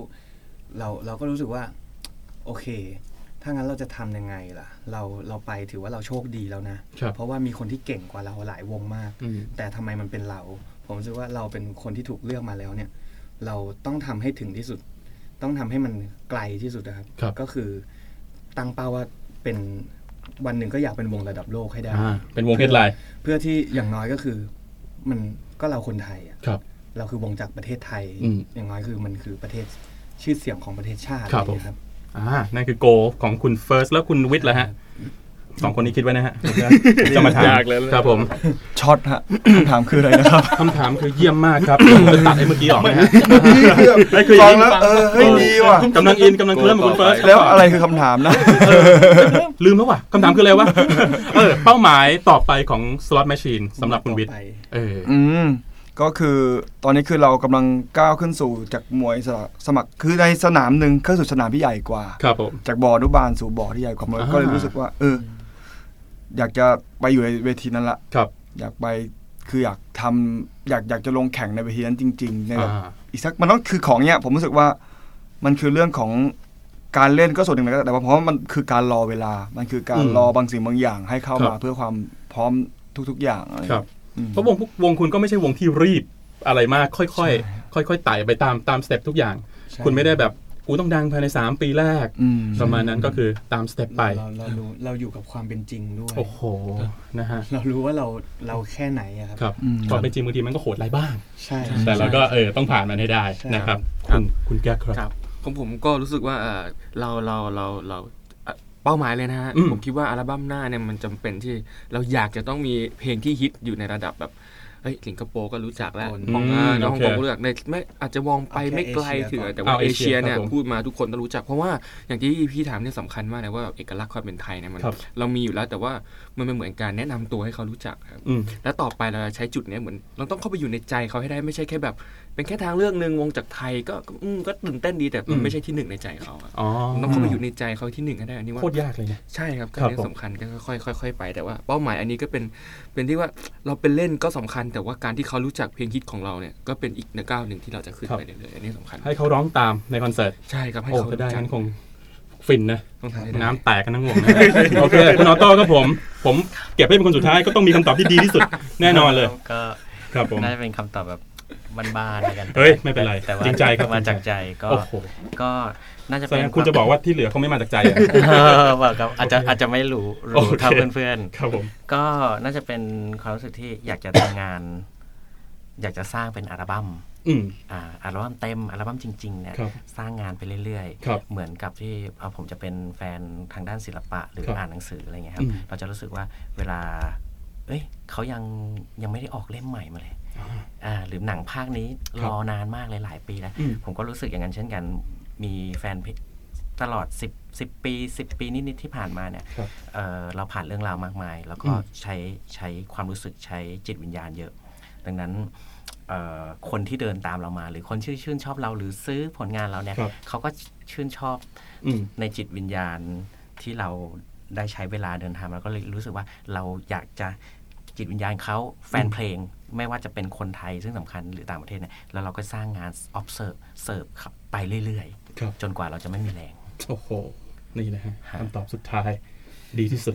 Speaker 3: เราเราก็รู้สึกว่า โอเค ถ้างั้นเราจะทำยังไงล่ะ เราเราไปถือว่าเราโชคดีแล้วนะ
Speaker 2: ครับ
Speaker 3: เพราะว่ามีคนที่เก่งกว่าเราหลายวงมาก
Speaker 2: อืม
Speaker 3: แต่ทำไมมันเป็นเรา ผมรู้สึกว่าเราเป็นคนที่ถูกเลือกมาแล้วเนี่ย เราต้องทำให้ถึงที่สุด ต้องทำให้มันไกลที่สุดนะครับ
Speaker 2: ครับ
Speaker 3: ก็คือตั้งเป้าว่าเป็นวันหนึ่งก็อยากเป็นวงระดับโลกให้ได้
Speaker 2: อ่าเป็นวงเฮดไลน์
Speaker 3: เพื่อที่อย่างน้อยก็คือมันก็เราคนไทยอะ
Speaker 2: ครับ
Speaker 3: เราคือวงจากประเทศไทย
Speaker 2: อืม
Speaker 3: อย่างน้อยคือมันคือประเทศชื่อเสียงของประเทศชาติ
Speaker 2: ครับ
Speaker 3: อะไอย่างเงี้ยครับ
Speaker 2: อ่านั่นคือโกของคุณเฟิร์สแล้วคุณวิทย์แล้วฮะสองคนนี้คิดไว้นะฮ ะจะมาถาม
Speaker 5: ยากแล้ว
Speaker 2: ครับผม
Speaker 4: ช็อตฮะ คำถามคืออะไรนะครับ
Speaker 2: คำถามคือเยี่ยมมากครับผมจะตัดไอ้เมื่อกี้ออกนะฮะ ไอ้คือ
Speaker 4: ฟังแล้วเออเฮ้ย
Speaker 2: เออ
Speaker 4: ดีว่ะ
Speaker 2: กำลังอินกำลังเคลิ้มกับคุณเฟิร์ส
Speaker 4: แล้วอะไรคือคำถามนะ
Speaker 2: ลืมแล้วว่ะคำถามคืออะไร วะเออเป้าหมายต่อไปของ slot machine สำหรับคุณวิทย์เออ
Speaker 4: อืมก็คือตอนนี้คือเรากำลังก้าวขึ้นสู่จากมวยสมัครสมัครคือในสนามหนึ่งเข้าสู่สนามที่ใหญ่กว่า
Speaker 2: ครับผม
Speaker 4: จากบ่ออนุบาลสู่บ่อที่ใหญ่กว่ามัน
Speaker 2: อ่า
Speaker 4: ก็เลยรู้สึกว่า เออ อยากจะไปอยู่ในเวทีนั้นละ
Speaker 2: ครับ
Speaker 4: อยากไปคืออยากทำอยากอยากจะลงแข่งในเวทีนั้นจริงๆในแบบ
Speaker 2: อ่า
Speaker 4: อีกสักมันต้องคือของเนี้ยผมรู้สึกว่ามันคือเรื่องของการเล่นก็ส่วนหนึ่งนะแต่ว่าเพราะมันคือการรอเวลา มันคือการ
Speaker 2: อืม
Speaker 4: รอบางสิ่งบางอย่างให้เข้า
Speaker 2: ครับ
Speaker 4: มาเพื่อความพร้อมทุก ๆ อย่างอะไร
Speaker 2: ครับ
Speaker 4: อืม
Speaker 2: เพราะวงพวกวงคุณก็ไม่ใช่วงที่รีบอะไรมากค่อยๆค่อยๆไต่ไปตามตามสเต็ปทุกอย่าง
Speaker 3: ใช่
Speaker 2: คุณไม่ได้แบบกูต้องดังภายใน 3 ปีแรก
Speaker 4: อืม
Speaker 2: ประมาณนั้นก็คือตามสเต็ปไป
Speaker 3: เราเรารู้เราอยู่กับความเป็นจริงด้วย
Speaker 2: โอ้โห นะฮะ
Speaker 3: เรารู้ว่าเราเราแค่ไหนอะครับ
Speaker 2: ครับ
Speaker 4: อืม
Speaker 2: ความเป็นจริงบางทีมันก็โหดร้ายบ้าง
Speaker 3: ใช่
Speaker 2: แต่เราก็เออต้องผ่านมันให้ได้นะครับ คุณคุณแก๊กค
Speaker 5: ค
Speaker 2: รั
Speaker 5: รับ บผมผมก็รู้สึกว่าเอ่อเราเราเราเราเอ่อเป้าหมายเลยนะฮะ
Speaker 2: อืม
Speaker 5: ผมคิดว่าอัลบั้มหน้าเนี่ยมันจำเป็นที่เราอยากจะต้องมีเพลงที่ฮิตอยู่ในระดับแบบเฮ้ยสิงคโปร์ก็รู้จักแล้วฮ่องกง
Speaker 2: อืม
Speaker 5: แล้ว
Speaker 2: โอ
Speaker 5: ฮ่อง
Speaker 2: เค
Speaker 5: กงก็รู้จักในไม่อาจจะมองไปไม่ไกลถึงแต่ว่า
Speaker 2: เอาเอ
Speaker 5: เอ
Speaker 2: เชี
Speaker 5: เชี
Speaker 2: ย
Speaker 5: ยเนี่ย
Speaker 2: ครับผม
Speaker 5: พูดมาทุกคนต้องรู้จัก เพราะว่าอย่างที่พี่ถามเนี่ยสำคัญมากเลยว่าแบบเอกลักษณ์ความเป็นไทยเนี่ยมัน
Speaker 2: ครับ
Speaker 5: เรามีอยู่แล้วแต่ว่ามันเป็นเหมือนการแนะนำตัวให้เขารู้จักครับ
Speaker 2: อืม
Speaker 5: และต่อไปเราจะใช้จุดเนี้ยเหมือนเราต้องเข้าไปอยู่ในใจเขาให้ได้ไม่ใช่แค่แบบ เป็นแค่ทางเลือกหนึ่งวงจากไทยก็ก็อืมก็ตื่นเต้นดีแต่
Speaker 2: อื
Speaker 5: มัน
Speaker 2: ม
Speaker 5: ไม่ใช่ที่หนึ่งในใจเขาอะ
Speaker 2: อ๋อ
Speaker 5: ต้องเข้าไปอยู่ในใจเขาที่หนึ่งให้ได้อันนี้ว่า
Speaker 2: โคตรยากเลยเนี่ย
Speaker 5: ใช่ครับ
Speaker 2: ค
Speaker 5: ก็
Speaker 2: รับ
Speaker 5: เนี่
Speaker 2: ผม
Speaker 5: ยสำคัญก็ค่อยๆค่อยๆไปแต่ว่าเป้าหมายอันนี้ก็เป็นเป็นที่ว่าเราเป็นเล่นก็สำคัญ แต่ว่าการที่เขารู้จักเพลงฮิตของเราเนี่ยก็เป็นอีกก้าวหนึ่งที่เราจะขึ้นไปเรื่อยๆอันนี้สำคัญ
Speaker 2: ให้เขาร้องตามในคอนเสิร์ต
Speaker 5: ใช่ครับให้
Speaker 2: โอ้
Speaker 5: เขา
Speaker 2: ถ้าได้
Speaker 5: รู้จัก
Speaker 2: งั้นคงฟินนะ
Speaker 5: ต้องทำให้ได้
Speaker 2: น้ำแตกกันทั้งวงนะ โอเค คุณออโต้ครับผม ผมเก็บให้เป็นคนสุดท้ายก็ต้องมีคำตอบที่ดีที่สุด แน่นอนเลย
Speaker 6: ก็
Speaker 2: ครับผม
Speaker 6: น่าจะเป็นคำตอบแบบบ้านๆแล้วกัน
Speaker 2: เฮ้ยไม่เป็นไร
Speaker 6: แต่ว่า
Speaker 2: จริงใจครับ
Speaker 6: มาจากใจก็
Speaker 2: โอ้โห
Speaker 6: ก็น่าจะ
Speaker 2: แส
Speaker 6: เป็
Speaker 2: ด
Speaker 6: น
Speaker 2: งคุณจะบอกว่าที่เหลือเขาไม่มาจากใจอะ
Speaker 6: เออบอก ครับอาจจะอาจจะไม่รู้
Speaker 2: โอ
Speaker 6: รู้
Speaker 2: เค
Speaker 6: เท่าเพื่อนๆ
Speaker 2: ครับผม
Speaker 6: ก็น่าจะเป็นความรู้สึกที่อยากจะทำงาน อยากจะสร้างเป็นอัลบั้ม
Speaker 2: อืม
Speaker 6: อ่าอัลบั้มเต็มอัลบั้มจริงๆเนี่ย
Speaker 2: ครับ
Speaker 6: สร้างงานไปเรื่อย
Speaker 2: ครับ
Speaker 6: เหมือนกับที่เอาผมจะเป็นแฟนทางด้านศิลปะหรือ
Speaker 2: ครับ
Speaker 6: อ่านหนังสืออะไรเงี้ยครั
Speaker 2: อื
Speaker 6: บ
Speaker 2: ม
Speaker 6: เราจะรู้สึกว่าเวลา เอ้ยเขายังยังไม่ได้ออกเล่มใหม่มาเลยอ่าหรือหนังภาคนี้
Speaker 2: ครั
Speaker 6: ร
Speaker 2: บ
Speaker 6: อนานมากเลยหลายปีแล้ว
Speaker 2: อืม
Speaker 6: ผมก็รู้สึกอย่างนั้นเช่นกันมีแฟนเพจ ตลอด 10 10 ปี 10 ปีนิดๆที่ผ่านมาเนี่ย
Speaker 2: ครับ
Speaker 6: เอ่อเราผ่านเรื่องราวมากมาย แล้วก็
Speaker 2: อืม
Speaker 6: ใช้ใช้ความรู้สึกใช้จิตวิญญาณเยอะ ดังนั้นเอ่อคนที่เดินตามเรามา หรือคนที่ชื่นชอบเราหรือซื้อผลงานเราเนี่ย
Speaker 2: ครับ
Speaker 6: เขาก็ชื่นชอบ
Speaker 2: อืม
Speaker 6: ในจิตวิญญาณที่เราได้ใช้เวลาเดินทางเราก็เลยรู้สึกว่าเราอยากจะจิตวิญญาณเขาแฟนเพลง ไม่ว่าจะเป็นคนไทยซึ่งสำคัญหรือต่างประเทศเนี่ยแล้วเราก็สร้างงาน observe เสิร์ฟไปเรื่อย
Speaker 2: ครับ
Speaker 6: ๆ จนกว่าเราจะไม่มีแรง
Speaker 2: โอ้โห นี่นะฮะคำตอบสุดท้าย ดีที่สุด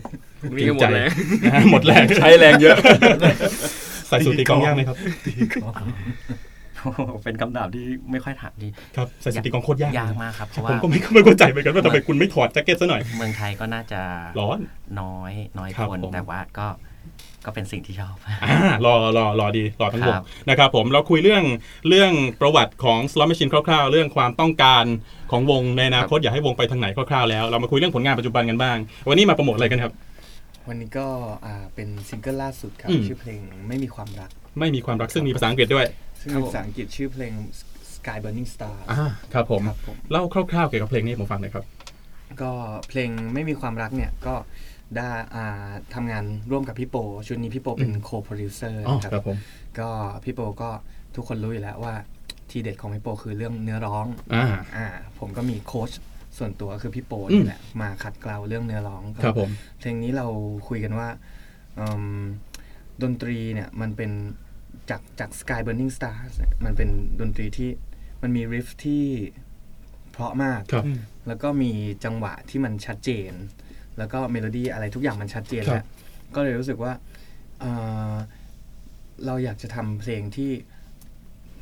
Speaker 5: มีกันหมดแรง
Speaker 2: จริงใจนะฮะหมดแรงใช้แรงเยอะ ใส่สูตรตีกลองยากไหมครับ
Speaker 6: เป็นคำถามที่ไม่ค่อยถามดี
Speaker 2: ครับใส่สูตรตีกลองโคตรยาก
Speaker 6: ยากมากครับเพราะ
Speaker 2: ผม
Speaker 6: ว่า
Speaker 2: ก็ไม่ ไม่เข้าใจเหมือนกันว่าทำไมคุณไม่ถอดแจ็คเก็ตซะหน่อย
Speaker 6: เมืองไทยก็น่าจะ
Speaker 2: ร้อน
Speaker 6: น้อยน้อย
Speaker 2: ครับ
Speaker 6: คน
Speaker 2: ผม
Speaker 6: แต่ว่าก็ก็เป็นสิ่งที่ชอบ
Speaker 2: อ่ารอรอรอดี รอทั้งว
Speaker 6: ครั
Speaker 2: ง
Speaker 6: บ
Speaker 2: นะครับผมเราคุยเรื่องเรื่องประวัติของ slot machine คร่าวๆ เรื่องความต้องการของวงในอนาคตอยากให้วงไปทางไหนคร่าวๆแล้วเรามาคุยเรื่องผลงานปัจจุบันกันบ้าง วันนี้มาโปรโมทอะไรกันครับ
Speaker 3: วันนี้ก็อ่าเป็นซิงเกิลล่าสุดครับ
Speaker 2: อืม
Speaker 3: ชื่อเพลงไม่มีความรัก
Speaker 2: ไม่มีความรักซึ่งมีภาษาอังกฤษด้วย
Speaker 3: ซึ่งเป็นภาษาอังกฤษชื่อเพลง Sky Burning Star
Speaker 2: อ่าครับผม
Speaker 3: ครับผม
Speaker 2: เล่าคร่าวๆเกี่ยวกับเพลงนี้ให้ผมฟังหน่อยครับ
Speaker 3: ก็เพลงไม่มีความรักเนี่ยก็ได้อ่าทำงานร่วมกับพี่โป ชุดนี้พี่โปเป็นโคโปรดิวเซอร์
Speaker 2: อ๋อ
Speaker 3: ค
Speaker 2: ครั
Speaker 3: รั
Speaker 2: บบ ผม
Speaker 3: ก็พี่โปก็ทุกคนรู้อยู่แล้วว่าทีเด็ดของพี่โปคือเรื่องเนื้อร้อง
Speaker 2: อ่า
Speaker 3: อ่าผมก็มีโค้ชส่วนตัวคือพี่โป
Speaker 2: อืม
Speaker 3: นี่แหละมาขัดเกลาเรื่องเนื้อร้องก็
Speaker 2: ครับผม
Speaker 3: เพลงนี้เราคุยกันว่าอืมดนตรีเนี่ยมันเป็นจากจาก Sky Burning Stars เนี่ยมันเป็นดนตรีที่มันมีริฟที่เพราะมาก
Speaker 2: ครับ
Speaker 3: แล้วก็มีจังหวะที่มันชัดเจน แล้วก็เมโลดี้อะไรทุกอย่างมันชัดเจน
Speaker 2: ครับ
Speaker 3: แล้ว ก็เลยรู้สึกว่าเอ่อเราอยากจะทำเพลงที่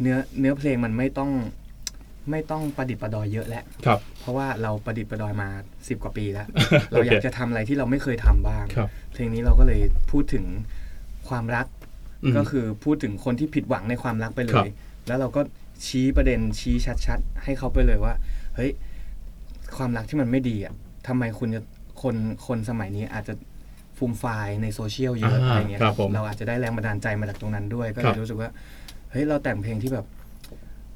Speaker 3: เนื้อเนื้อเพลงมันไม่ต้องไม่ต้องประดิษฐ์ประดอยเยอะแล้ว
Speaker 2: ครับ
Speaker 3: เพราะว่าเราประดิษฐ์ประดอยมา 10 กว่าปีแล้ว
Speaker 2: โอเค
Speaker 3: เราอยากจะทำอะไรที่เราไม่เคยทำบ้าง
Speaker 2: ครับ
Speaker 3: เพลงนี้เราก็เลยพูดถึงความรัก
Speaker 2: อืม
Speaker 3: ก็คือพูดถึงคนที่ผิดหวังในความรักไปเล
Speaker 2: ครั
Speaker 3: ย
Speaker 2: บ
Speaker 3: แล้วเราก็ชี้ประเด็นชี้ชัดๆ ให้เขาไปเลยว่า เฮ้ย ความรักที่มันไม่ดีอ่ะทำไมคุณจะคนคนสมัยนี้อาจจะฟูมไฟายในโซเชียลเยอะ
Speaker 2: อ่า
Speaker 3: อะไรเงี้ย
Speaker 2: ครับผม
Speaker 3: เราอาจจะได้แรงบันดาลใจมาจากตรงนั้นด้วย ก็
Speaker 2: ค
Speaker 3: เล
Speaker 2: รับ
Speaker 3: ยรู้สึกว่า เฮ้ย เราแต่งเพลงที่แบบ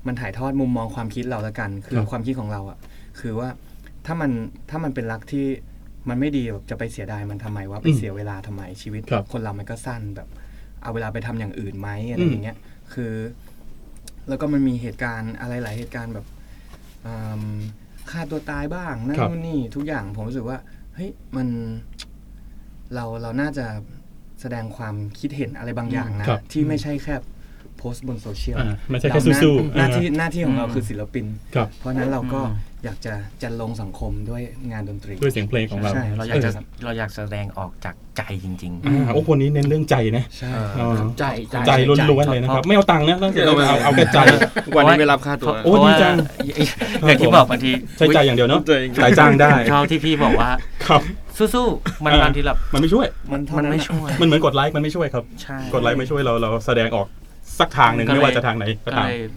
Speaker 3: มันถ่ายทอดมุมมองความคิดเราละกัน คื
Speaker 2: ค
Speaker 3: อ
Speaker 2: รับ
Speaker 3: ความคิดของเราอ่ะ คือว่าถ้ามันถ้ามันเป็นรักที่มันไม่ดีแบบจะไปเสียดายมันทำไมว่าไป
Speaker 2: อืม
Speaker 3: เสียเวลาทำไมชีวิต
Speaker 2: ครับ
Speaker 3: คนเรามันก็สั้นแบบ เอาเวลาไปทำอย่างอื่นไหมอะไร
Speaker 2: อืม
Speaker 3: อย่างเงี้ย คือ แล้วก็มันมีเหตุการณ์อะไรหลายเหตุการณ์แบบอืมฆ่าตัวตายบ้างนั่น
Speaker 2: ครับ
Speaker 3: นู่นนี่ทุกอย่างผมรู้สึกว่าเฮ้ยมันเราเราน่าจะแสดงความคิดเห็นอะไรบางอย่างนะ
Speaker 2: ครับ
Speaker 3: ที่ไม่ใช่แค่โพสต์บนโซเชียล
Speaker 2: อ่าไม่ใช่แค่
Speaker 3: เราหน้า
Speaker 2: สู้ๆ
Speaker 3: หน้า
Speaker 2: อ่า
Speaker 3: ที่หน้าที่ของเราคือศิลปิน
Speaker 2: ครับ
Speaker 3: เพราะฉะนั้นเราก็
Speaker 6: อืม
Speaker 3: อยากจะจันลงสังคมด้วยงานดนตรี
Speaker 2: ด้วยเสียงเพลงของเรา
Speaker 3: ใช่
Speaker 6: เราอยากจะ
Speaker 2: เออ
Speaker 6: เราอยากแสดงออกจากใจจริง
Speaker 2: อ่าโอ้คนนี้เน้นเรื่องใจนะ
Speaker 3: ใช่
Speaker 2: อ๋อ
Speaker 5: ใจ
Speaker 2: ใจล้วนๆเลยนะครับไม่เอาตังค์นะต้องเอาเอาแค่ใจ
Speaker 5: วันนี้ไม่รับค่าตัว
Speaker 2: โอ้
Speaker 6: เพ
Speaker 2: ดี
Speaker 6: ราะว่า
Speaker 2: จัง
Speaker 6: ๆอย่างที่บอกบางที
Speaker 2: ใช้ใจอย่างเดียวเนาะจ่ายจ้างได้
Speaker 6: ชอบที่พี่บอกว่า
Speaker 2: ครับ
Speaker 6: สู้ๆมัน
Speaker 2: อ่า
Speaker 6: บางทีแบบ
Speaker 2: มันไม่ช่วย
Speaker 3: มันเท่า
Speaker 6: มัน
Speaker 3: นั้น
Speaker 6: ไม่
Speaker 3: อะ
Speaker 6: ช่วย
Speaker 2: มันเหมือนกดไลค์มันไม่ช่วยครับ
Speaker 6: ใช่
Speaker 2: กดไลค์ไม่ช่วยเราเราแสดงออกสักทางหนึ่ง
Speaker 6: ก็เลย
Speaker 2: ไม่ว่าจะทางไหนก็
Speaker 6: ก็
Speaker 2: ตาม
Speaker 6: เลย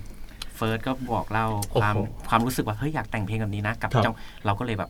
Speaker 6: เฟิร์สก็บอกเราความ
Speaker 2: โอ้โห
Speaker 6: ความรู้สึกว่าเฮ้ยอยากแต่งเพลงแบบนี้นะกับ
Speaker 2: ครับ
Speaker 6: จังเราก็เลยแบบ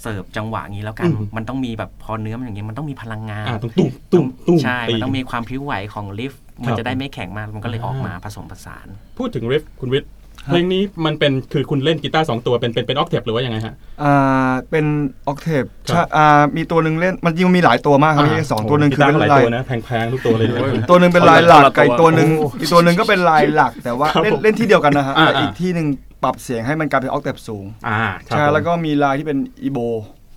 Speaker 6: เสิร์ฟจังหวะอย่างนี้แล้วกัน
Speaker 2: อืม
Speaker 6: มันต้องมีแบบพอเนื้อมันอย่างนี้มันต้องมีพลังงาน
Speaker 2: อ่าต้องตุ้มตุ้มตุ้ม
Speaker 6: ใช่
Speaker 2: ตี
Speaker 6: มันต้องมีความพริ้วไหวของลิฟต์มัน
Speaker 2: ครับ
Speaker 6: จะได้ไม่แข็งมากมันก็เลย
Speaker 2: อ่า
Speaker 6: ออกมาผสมผสาน
Speaker 2: พูดถึงริฟคุณวิทย์เพลงนี้มันเป็นคือคุณเล่นกีตาร์สองตัวเป็นเป็นเป็นออกเทปหรือว่ายังไงฮะ
Speaker 4: อ่าเป็นออกเทป
Speaker 2: ครับ
Speaker 4: อ่ามีตัวหนึ่งเล่นมันจริงๆมีหลายตัวมากครับไม่ใช่สองตัวหนึ่ง
Speaker 2: กี
Speaker 4: คือ
Speaker 2: ตาร์
Speaker 4: เป็น
Speaker 2: หลาย
Speaker 4: ลาย
Speaker 2: ตัวนะแพงๆทุกตัวเลยด้วย
Speaker 4: ตัวหนึ่งเป็นลายหลัก
Speaker 5: คนละตัว
Speaker 4: ไก่ตัวหนึ่ง
Speaker 2: โอ้
Speaker 4: อีกตัวหนึ่งก็เป็นลายหลัก แต่ว่า
Speaker 2: ครับ
Speaker 4: เล่น
Speaker 2: ผม
Speaker 4: เล่นที่เดียวกันนะฮะ
Speaker 2: อ่า
Speaker 4: แต่อีกที่หนึ่งปรับเสียงให้มันกลายเป็นออกเทปสูง
Speaker 2: อ่าครับ
Speaker 4: ใช่
Speaker 2: ผม
Speaker 4: แล้วก็มีลายที่เป็นอีโบ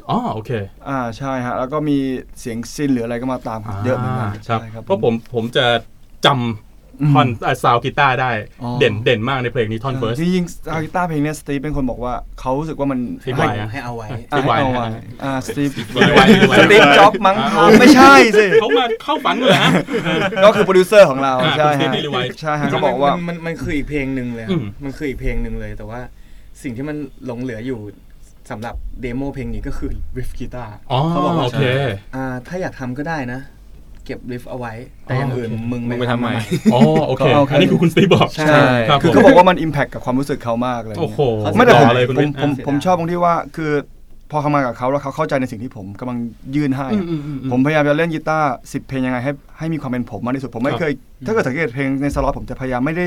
Speaker 2: อ๋อโอเค
Speaker 4: อ่าใช่ฮะแล้วก็มีเสียงซินหรืออะไรก็มาตามเยอะเหมือนกัน
Speaker 2: าครับ
Speaker 4: ใช่
Speaker 2: เพราะผมผมจะจ
Speaker 4: ม
Speaker 2: ำท่อนซาวกีตาร์ได้
Speaker 4: อ๋อ
Speaker 2: เด่นเด่นมากในเพลงนี้ท่อนเฟิร์ส
Speaker 4: จริงๆอากิต้าร์เพลงเนี้ยสตีฟเป็นคนบอกว่าเขารู้สึกว่ามัน
Speaker 2: ให้ไว
Speaker 4: ให้
Speaker 2: อะ
Speaker 3: ให้เอาไว้
Speaker 4: อ่ะให้เอาไว้
Speaker 2: ให้ไว
Speaker 4: อ่าสตีฟ
Speaker 2: ไว้ไว้
Speaker 4: สตีฟจ็อบมั้งไม่ใช่สิ
Speaker 2: เขามาเข้าฝันเลยฮะ
Speaker 4: ก็คือโปรดิวเซอร์ของเรา
Speaker 2: อ่า
Speaker 4: ใช่
Speaker 2: คุณ Steve
Speaker 4: ฮะ
Speaker 2: Lillywhite
Speaker 4: ใช่ฮะเขาบอกว่า
Speaker 3: นนมันคืออีกเพลงหนึ่งเลยอะ
Speaker 2: อืม
Speaker 3: มันคืออีกเพลงหนึ่งเลย แต่ว่าสิ่งที่มันหลงเหลืออยู่สำหรับเดโมเพลงนี้ก็คือริฟกีตาร์
Speaker 2: อ๋อ
Speaker 3: เขาบอกว่า
Speaker 2: โอเค
Speaker 3: อ่าถ้าอยากทำก็ได้นะ เก็บริฟเอาไว้ แต่อย่างอื่น
Speaker 2: โอเค
Speaker 3: มึง
Speaker 5: มึงไปทำใหม่
Speaker 2: อ๋อโอเค
Speaker 4: โอเค
Speaker 2: อันนี้คือคุณสตีฟบอก
Speaker 4: ใช่
Speaker 2: ครับ
Speaker 4: คือ
Speaker 2: ผ
Speaker 4: เขา
Speaker 2: ม
Speaker 4: บอกว่ามันอิมแพคกับความรู้สึกเขามากเลย
Speaker 2: โอ้โห
Speaker 4: ไม่แต่
Speaker 2: ห
Speaker 4: ผ
Speaker 2: ล่
Speaker 4: ม
Speaker 2: อเลยคุณ
Speaker 4: ผ
Speaker 2: วิ
Speaker 4: ม
Speaker 2: ทย์
Speaker 4: ผมผมชอบตรงที่ว่าคือพอทำงานกับเขาแล้วเขาเข้าใจในสิ่งที่ผมกำลังยื่นให้
Speaker 2: อืมอืมอืม
Speaker 4: ผมพยายามจะเล่นกีตาร์สิบเพลงยังไงให้ให้มีความเป็นผมมากที่สุดผม
Speaker 2: ค
Speaker 4: ไม่
Speaker 2: รับ
Speaker 4: เคย ถ้าเกิดสังเกตเพลงในสล็อตผมจะพยายามไม่ได้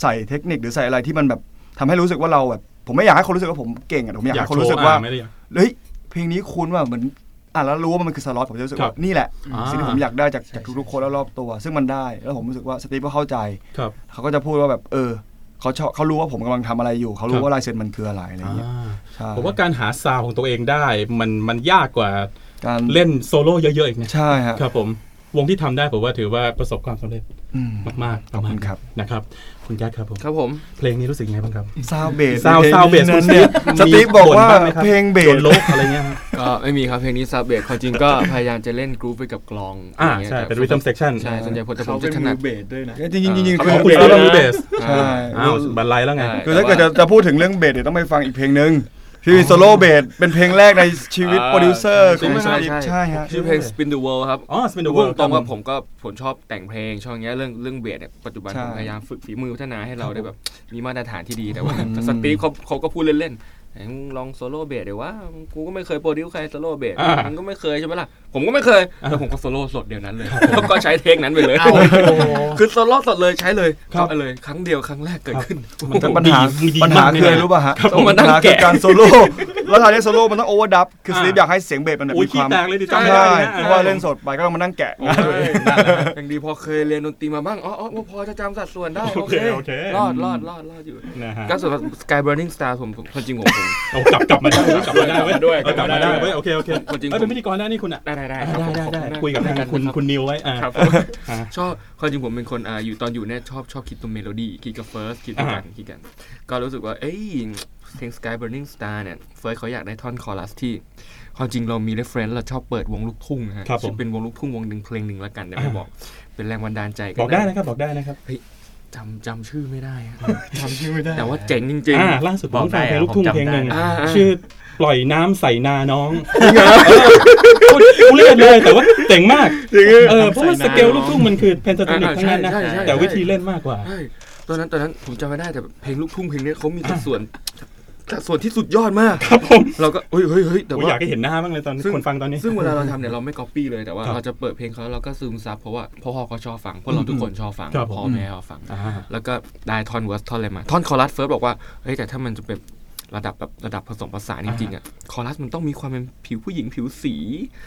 Speaker 4: ใส่เทคนิคหรือใส่อะไรที่มันแบบทำให้รู้สึกว่าเราแบบ ผมไม่อยากให้คนรู้สึกว่าผมเก่งอะแต่ผมอยากให้คนรู้สึกว่า
Speaker 2: อ่ไม่ได้อยาก
Speaker 4: เฮ้ยเพลงนี้คุณว่าเหมือนอ่ะแล้วรู้ว่ามันคือสล็อตผมจะรู้สึก
Speaker 2: ครั
Speaker 4: ว่า
Speaker 2: บ
Speaker 4: นี่แหละ
Speaker 5: อ่า
Speaker 4: สิ่งที่ผมอยากได้จาก
Speaker 3: ใช่
Speaker 4: จาก
Speaker 3: ใช่
Speaker 4: ทุกๆคนรอบๆตัว ซึ่งมันได้ แล้วผมรู้สึกว่าสตีฟก็เข้าใจ
Speaker 2: ครับ
Speaker 4: เขาก็จะพูดว่าแบบเออเขาชอบเขารู้ว่าผมกำลังทำอะไรอยู่
Speaker 2: ค
Speaker 4: เขา
Speaker 2: รั
Speaker 4: รู้
Speaker 2: บ
Speaker 4: ว่าลายเซ็นมันคืออะไรอะไรอย่างเงี้ยใช่
Speaker 2: ผมว่าการหาซาวของตัวเองได้มันมันยากกว่า
Speaker 4: การ
Speaker 2: เล่นโซโล่เยอะๆอีกนะ
Speaker 4: ใช่ฮะ
Speaker 2: ครับผมวงที่ทำได้ผมว่าถือว่าประสบความสำเร็จ
Speaker 4: อืม
Speaker 2: มากๆ
Speaker 4: ขอบคุณครับ
Speaker 2: นะครับ คุณแจ๊คครับผม
Speaker 5: ครับผม
Speaker 2: เพลงนี้รู้สึกยังไงบ้างครับ
Speaker 4: ซาวเบส
Speaker 2: ซาวซาวเบสคุณเนี่ย
Speaker 4: สตีฟบอกว่า
Speaker 2: บ่นงไหมครั
Speaker 4: เพลงเบส
Speaker 2: โดนโลกอะไรเงี้ยฮะ
Speaker 5: ก็ไม่มีครับเพลงนี้ซาเบตความจริงก็ พยายามจะเล่นกรูฟไปกับกลอง
Speaker 2: อ่า
Speaker 5: ย่งงี้ย
Speaker 2: ใช่เป็น
Speaker 5: แต่
Speaker 2: ริทึมเซกชัน
Speaker 5: ใช่ส่วนใหญ่ผมจะผ
Speaker 3: เขา
Speaker 5: ม
Speaker 3: เป็
Speaker 5: จะ
Speaker 3: น
Speaker 5: ถ
Speaker 3: มื
Speaker 5: นัด
Speaker 3: อเบสด้วยนะ
Speaker 4: จริงๆจริงๆ
Speaker 5: เออ
Speaker 4: คือ
Speaker 2: คุณ
Speaker 4: เบ
Speaker 2: ก็
Speaker 4: ส
Speaker 2: ต้องมีเบส
Speaker 4: ใช่
Speaker 2: อ้าวบรรลัยแล้วไง
Speaker 5: ใช่
Speaker 4: คือถ้าเกิดจะจะพูดถึงเรื่องเบสเดี๋ยวต้องไปฟังอีกเพลงหนึ่งที่มีโซโล่เบสเป็นเพลงแรกในชีวิต
Speaker 5: อ่า
Speaker 4: โปรดิวเซอร์ข
Speaker 5: ใช่
Speaker 4: อง
Speaker 5: ไหม
Speaker 4: ส
Speaker 5: ฮะ
Speaker 4: ตีฟ
Speaker 5: ใช่
Speaker 4: ใช่ฮะ
Speaker 5: ชื่อเพลง Spin the World ครับ
Speaker 2: อ๋อ Spin the
Speaker 5: พูด
Speaker 2: World
Speaker 5: ตรงว่าผมก็ผมชอบแต่งเพลงช่องเนี้ยเรื่องเรื่องเบสเนี่ยปัจจุบัน
Speaker 4: ใช่
Speaker 5: ผมพยายามฝึกฝีมือพัฒนาให้เราได้แบบมีมาตรฐานที่ดีแต่ว่าสตีฟเขาเขาก็พูดเล่นๆไหนมึงลองโซโล่เบสเดี๋ยวว่ากูก็ไม่เคยโปรดิวใครโซโล่เบส
Speaker 2: อ่ามึ
Speaker 5: มึงก็ไม่เคยใช่ไหมล่ะ ผมก็ไม่เคยแล้วผมก็โซโล่สดเดียวนั้นเลยแล้วก็ใช้เทคนั้นไปเลยคือโซโล่สดเลยใช้เลย
Speaker 4: ครับ
Speaker 5: เอาเลยครั้งเดียวครั้งแรกเกิดขึ้น
Speaker 4: แต่ปัญหา
Speaker 2: ดีดีมก
Speaker 4: ปัญหาคืออะไร
Speaker 2: เนี่ย
Speaker 4: รู้ป่ะฮะ
Speaker 5: ต้องมานั่
Speaker 4: ปัญ
Speaker 5: ง
Speaker 4: หาคือ
Speaker 5: แกะ
Speaker 4: การโซโล่แล้วทางเล่นโซโล่มันต้องโอเวอร์ดับคือส
Speaker 2: อ่า
Speaker 4: ตีฟอยากให้เสียงเบสมันแบบ
Speaker 2: โอ้ย
Speaker 4: มีค
Speaker 2: ขี้
Speaker 4: วาม
Speaker 2: แตกเลยดิ
Speaker 4: ใช่
Speaker 2: จำไม่ได้นะ
Speaker 4: เพราะว่าเล่นสดไปก็ต้องมานั่งแกะ
Speaker 5: ใช่นั่นแหละฮะยังดีพอเคยเรียนดนตรีมาบ้าง อ๋ออ๋อพอจะจำสัดส่วนได้ โอเค
Speaker 2: โอเค
Speaker 5: รอดรอดรอดรอดอยู่
Speaker 2: นะฮะ
Speaker 5: ก็ส่วนสกายเบอร์นิงสตาร์ผมผมจริงผมผม
Speaker 2: เอากลับกลับมาได้เว้ยกลับมาได้เว้ย
Speaker 5: ด้วย
Speaker 2: เออกลับมาได้เว้ยโอเคโอเค
Speaker 5: คนจริง
Speaker 2: เอ้ยเป็นพิธีกรได้นี่คุณอ่ะ
Speaker 5: ได้ได้ได้
Speaker 2: อ่าได้ได้ได้คุยกับทางคุณคุณนิวไว้อ่า
Speaker 5: ครับผม
Speaker 2: อ่า
Speaker 5: ชอบความจริงผมเป็นคนอ่าอยู่ตอนอยู่เนี่ยชอบชอบคิดตัวเมโลดี้คิดกับเฟิร์สคิดกับกันคิดกัน ก็รู้สึกว่า เอ้ยเพลง Sky Burning Star เนี่ยเฟิร์สเขาอยากได้ท่อนคอรัสที่ ความจริงเรามีเรฟเฟรนซ์เราชอบเปิดวงลูกทุ่งนะฮะ
Speaker 2: ครับผม
Speaker 5: ซึ่งเป็นวงลูกทุ่งวงหนึ่งเพลงหนึ่งละกันเดี๋ยวไม่บอก เป็นแรงบันดาลใจ
Speaker 2: บอกได้
Speaker 5: า
Speaker 2: นะครับบอกได้นะครับ
Speaker 5: จำจำชื่อไม่ได้อะ
Speaker 3: ทำชื่อไม่ได้
Speaker 5: แต่ว่าเจ๋งจริง
Speaker 2: อ่าล่าสุดผม
Speaker 6: บอกได้
Speaker 2: ฟังเพลง
Speaker 6: อะ
Speaker 2: ลูกทุ่ง
Speaker 6: ผมจำ
Speaker 2: เพลงหนึ่ง
Speaker 6: ได้
Speaker 5: อ่าอ่า
Speaker 2: ชื่อปล่อยน้ำใส่นาน้องกูเรียดเลยแต่ว่าเจ๋งมากเออเพราะว่าสเกลลูกทุ่งมันคือเพนทาโทนิกทั้งนั้นนะ
Speaker 5: อ่าอ่าใช่ใช่ใช่
Speaker 2: แต่วิธีเล่นมากกว่า
Speaker 5: ๆใช่ตอนนั้นตอนนั้นผมจำไม่ได้แต่เพลงลูกทุ่งเพลงเนี้ยเขามีสัดส่วนสัดส่วนที่สุดยอดมาก
Speaker 2: ครับผม
Speaker 5: เราก็เฮ้ยเฮ้ยเฮ้ยแต่
Speaker 2: กู
Speaker 5: ว่า
Speaker 2: อยากให้เห็นหน้าบ้างเลยตอนนี้
Speaker 5: ซึ่ง
Speaker 2: คนฟังตอนนี้
Speaker 5: ซึ่งเวลาเราทำเนี่ยเราไม่ก๊อปปี้เลยแต่ว่า
Speaker 2: ครับ
Speaker 5: เราจะเปิดเพลงเขาเราก็ซึมซับเพราะว่าพ่อเขาชอบฟังพวกเราทุกคนชอบฟัง
Speaker 2: ครับผม
Speaker 5: พ่อแม่ชอบฟัง
Speaker 2: อ่า
Speaker 5: แล้วก็ได้ท่อนเวิร์สท่อนอะไรมา ท่อนคอรัสเฟิร์สบอกว่าเฮ้ยแต่ถ้ามันจะเป็นระดับแบบระดับผสมผสานจริงๆอ่ะคอรัสมันต้องมีความเป็นผิวผู้หญิงผิวสี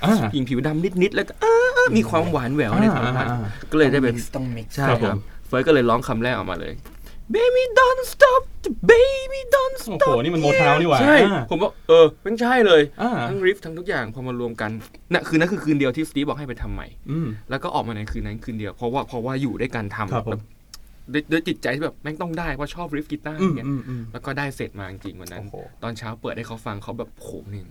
Speaker 2: อ่า
Speaker 5: หญิงผิวดำนิดๆแล้วก็เออเออมีความหวานแหววในท่อนนั้นก็เลยได้เป็น
Speaker 3: ต้องมิกซ์
Speaker 5: ใช่
Speaker 2: ครับ
Speaker 5: ค
Speaker 2: ผม
Speaker 5: รับ เฟิร์สก็เลยร้องคำแรกออกมาเลย baby don't stop baby don't
Speaker 2: โอ้
Speaker 5: stop
Speaker 2: โหนี่มันโมทาวนี่หว่า
Speaker 5: ใช่
Speaker 2: อ่า
Speaker 5: ผมว่าเออมันใช่เลย
Speaker 2: อ่า
Speaker 5: ทั้งริฟทั้งทุกอย่างพอมารวมกันน่ะคือนั่นคือคืนเดียวที่สตีฟบอกให้ไปทำใหม่
Speaker 2: อืม
Speaker 5: แล้วก็ออกมาในคืนนั้นคืนเดียว เพราะว่าเพราะว่าอยู่ด้วยกันทำ
Speaker 2: ครับผม
Speaker 5: แบบด้วยด้วยจิตใจที่แบบแม่งต้องได้เพราะชอบริฟกีตาร์
Speaker 2: อืม
Speaker 5: เนี่ย
Speaker 2: อืมอืม
Speaker 5: แล้วก็ได้เสร็จมาจริงๆวันนั้น
Speaker 2: โอ้โห
Speaker 5: ตอนเช้าเปิดให้เขาฟังเขาแบบโหนี่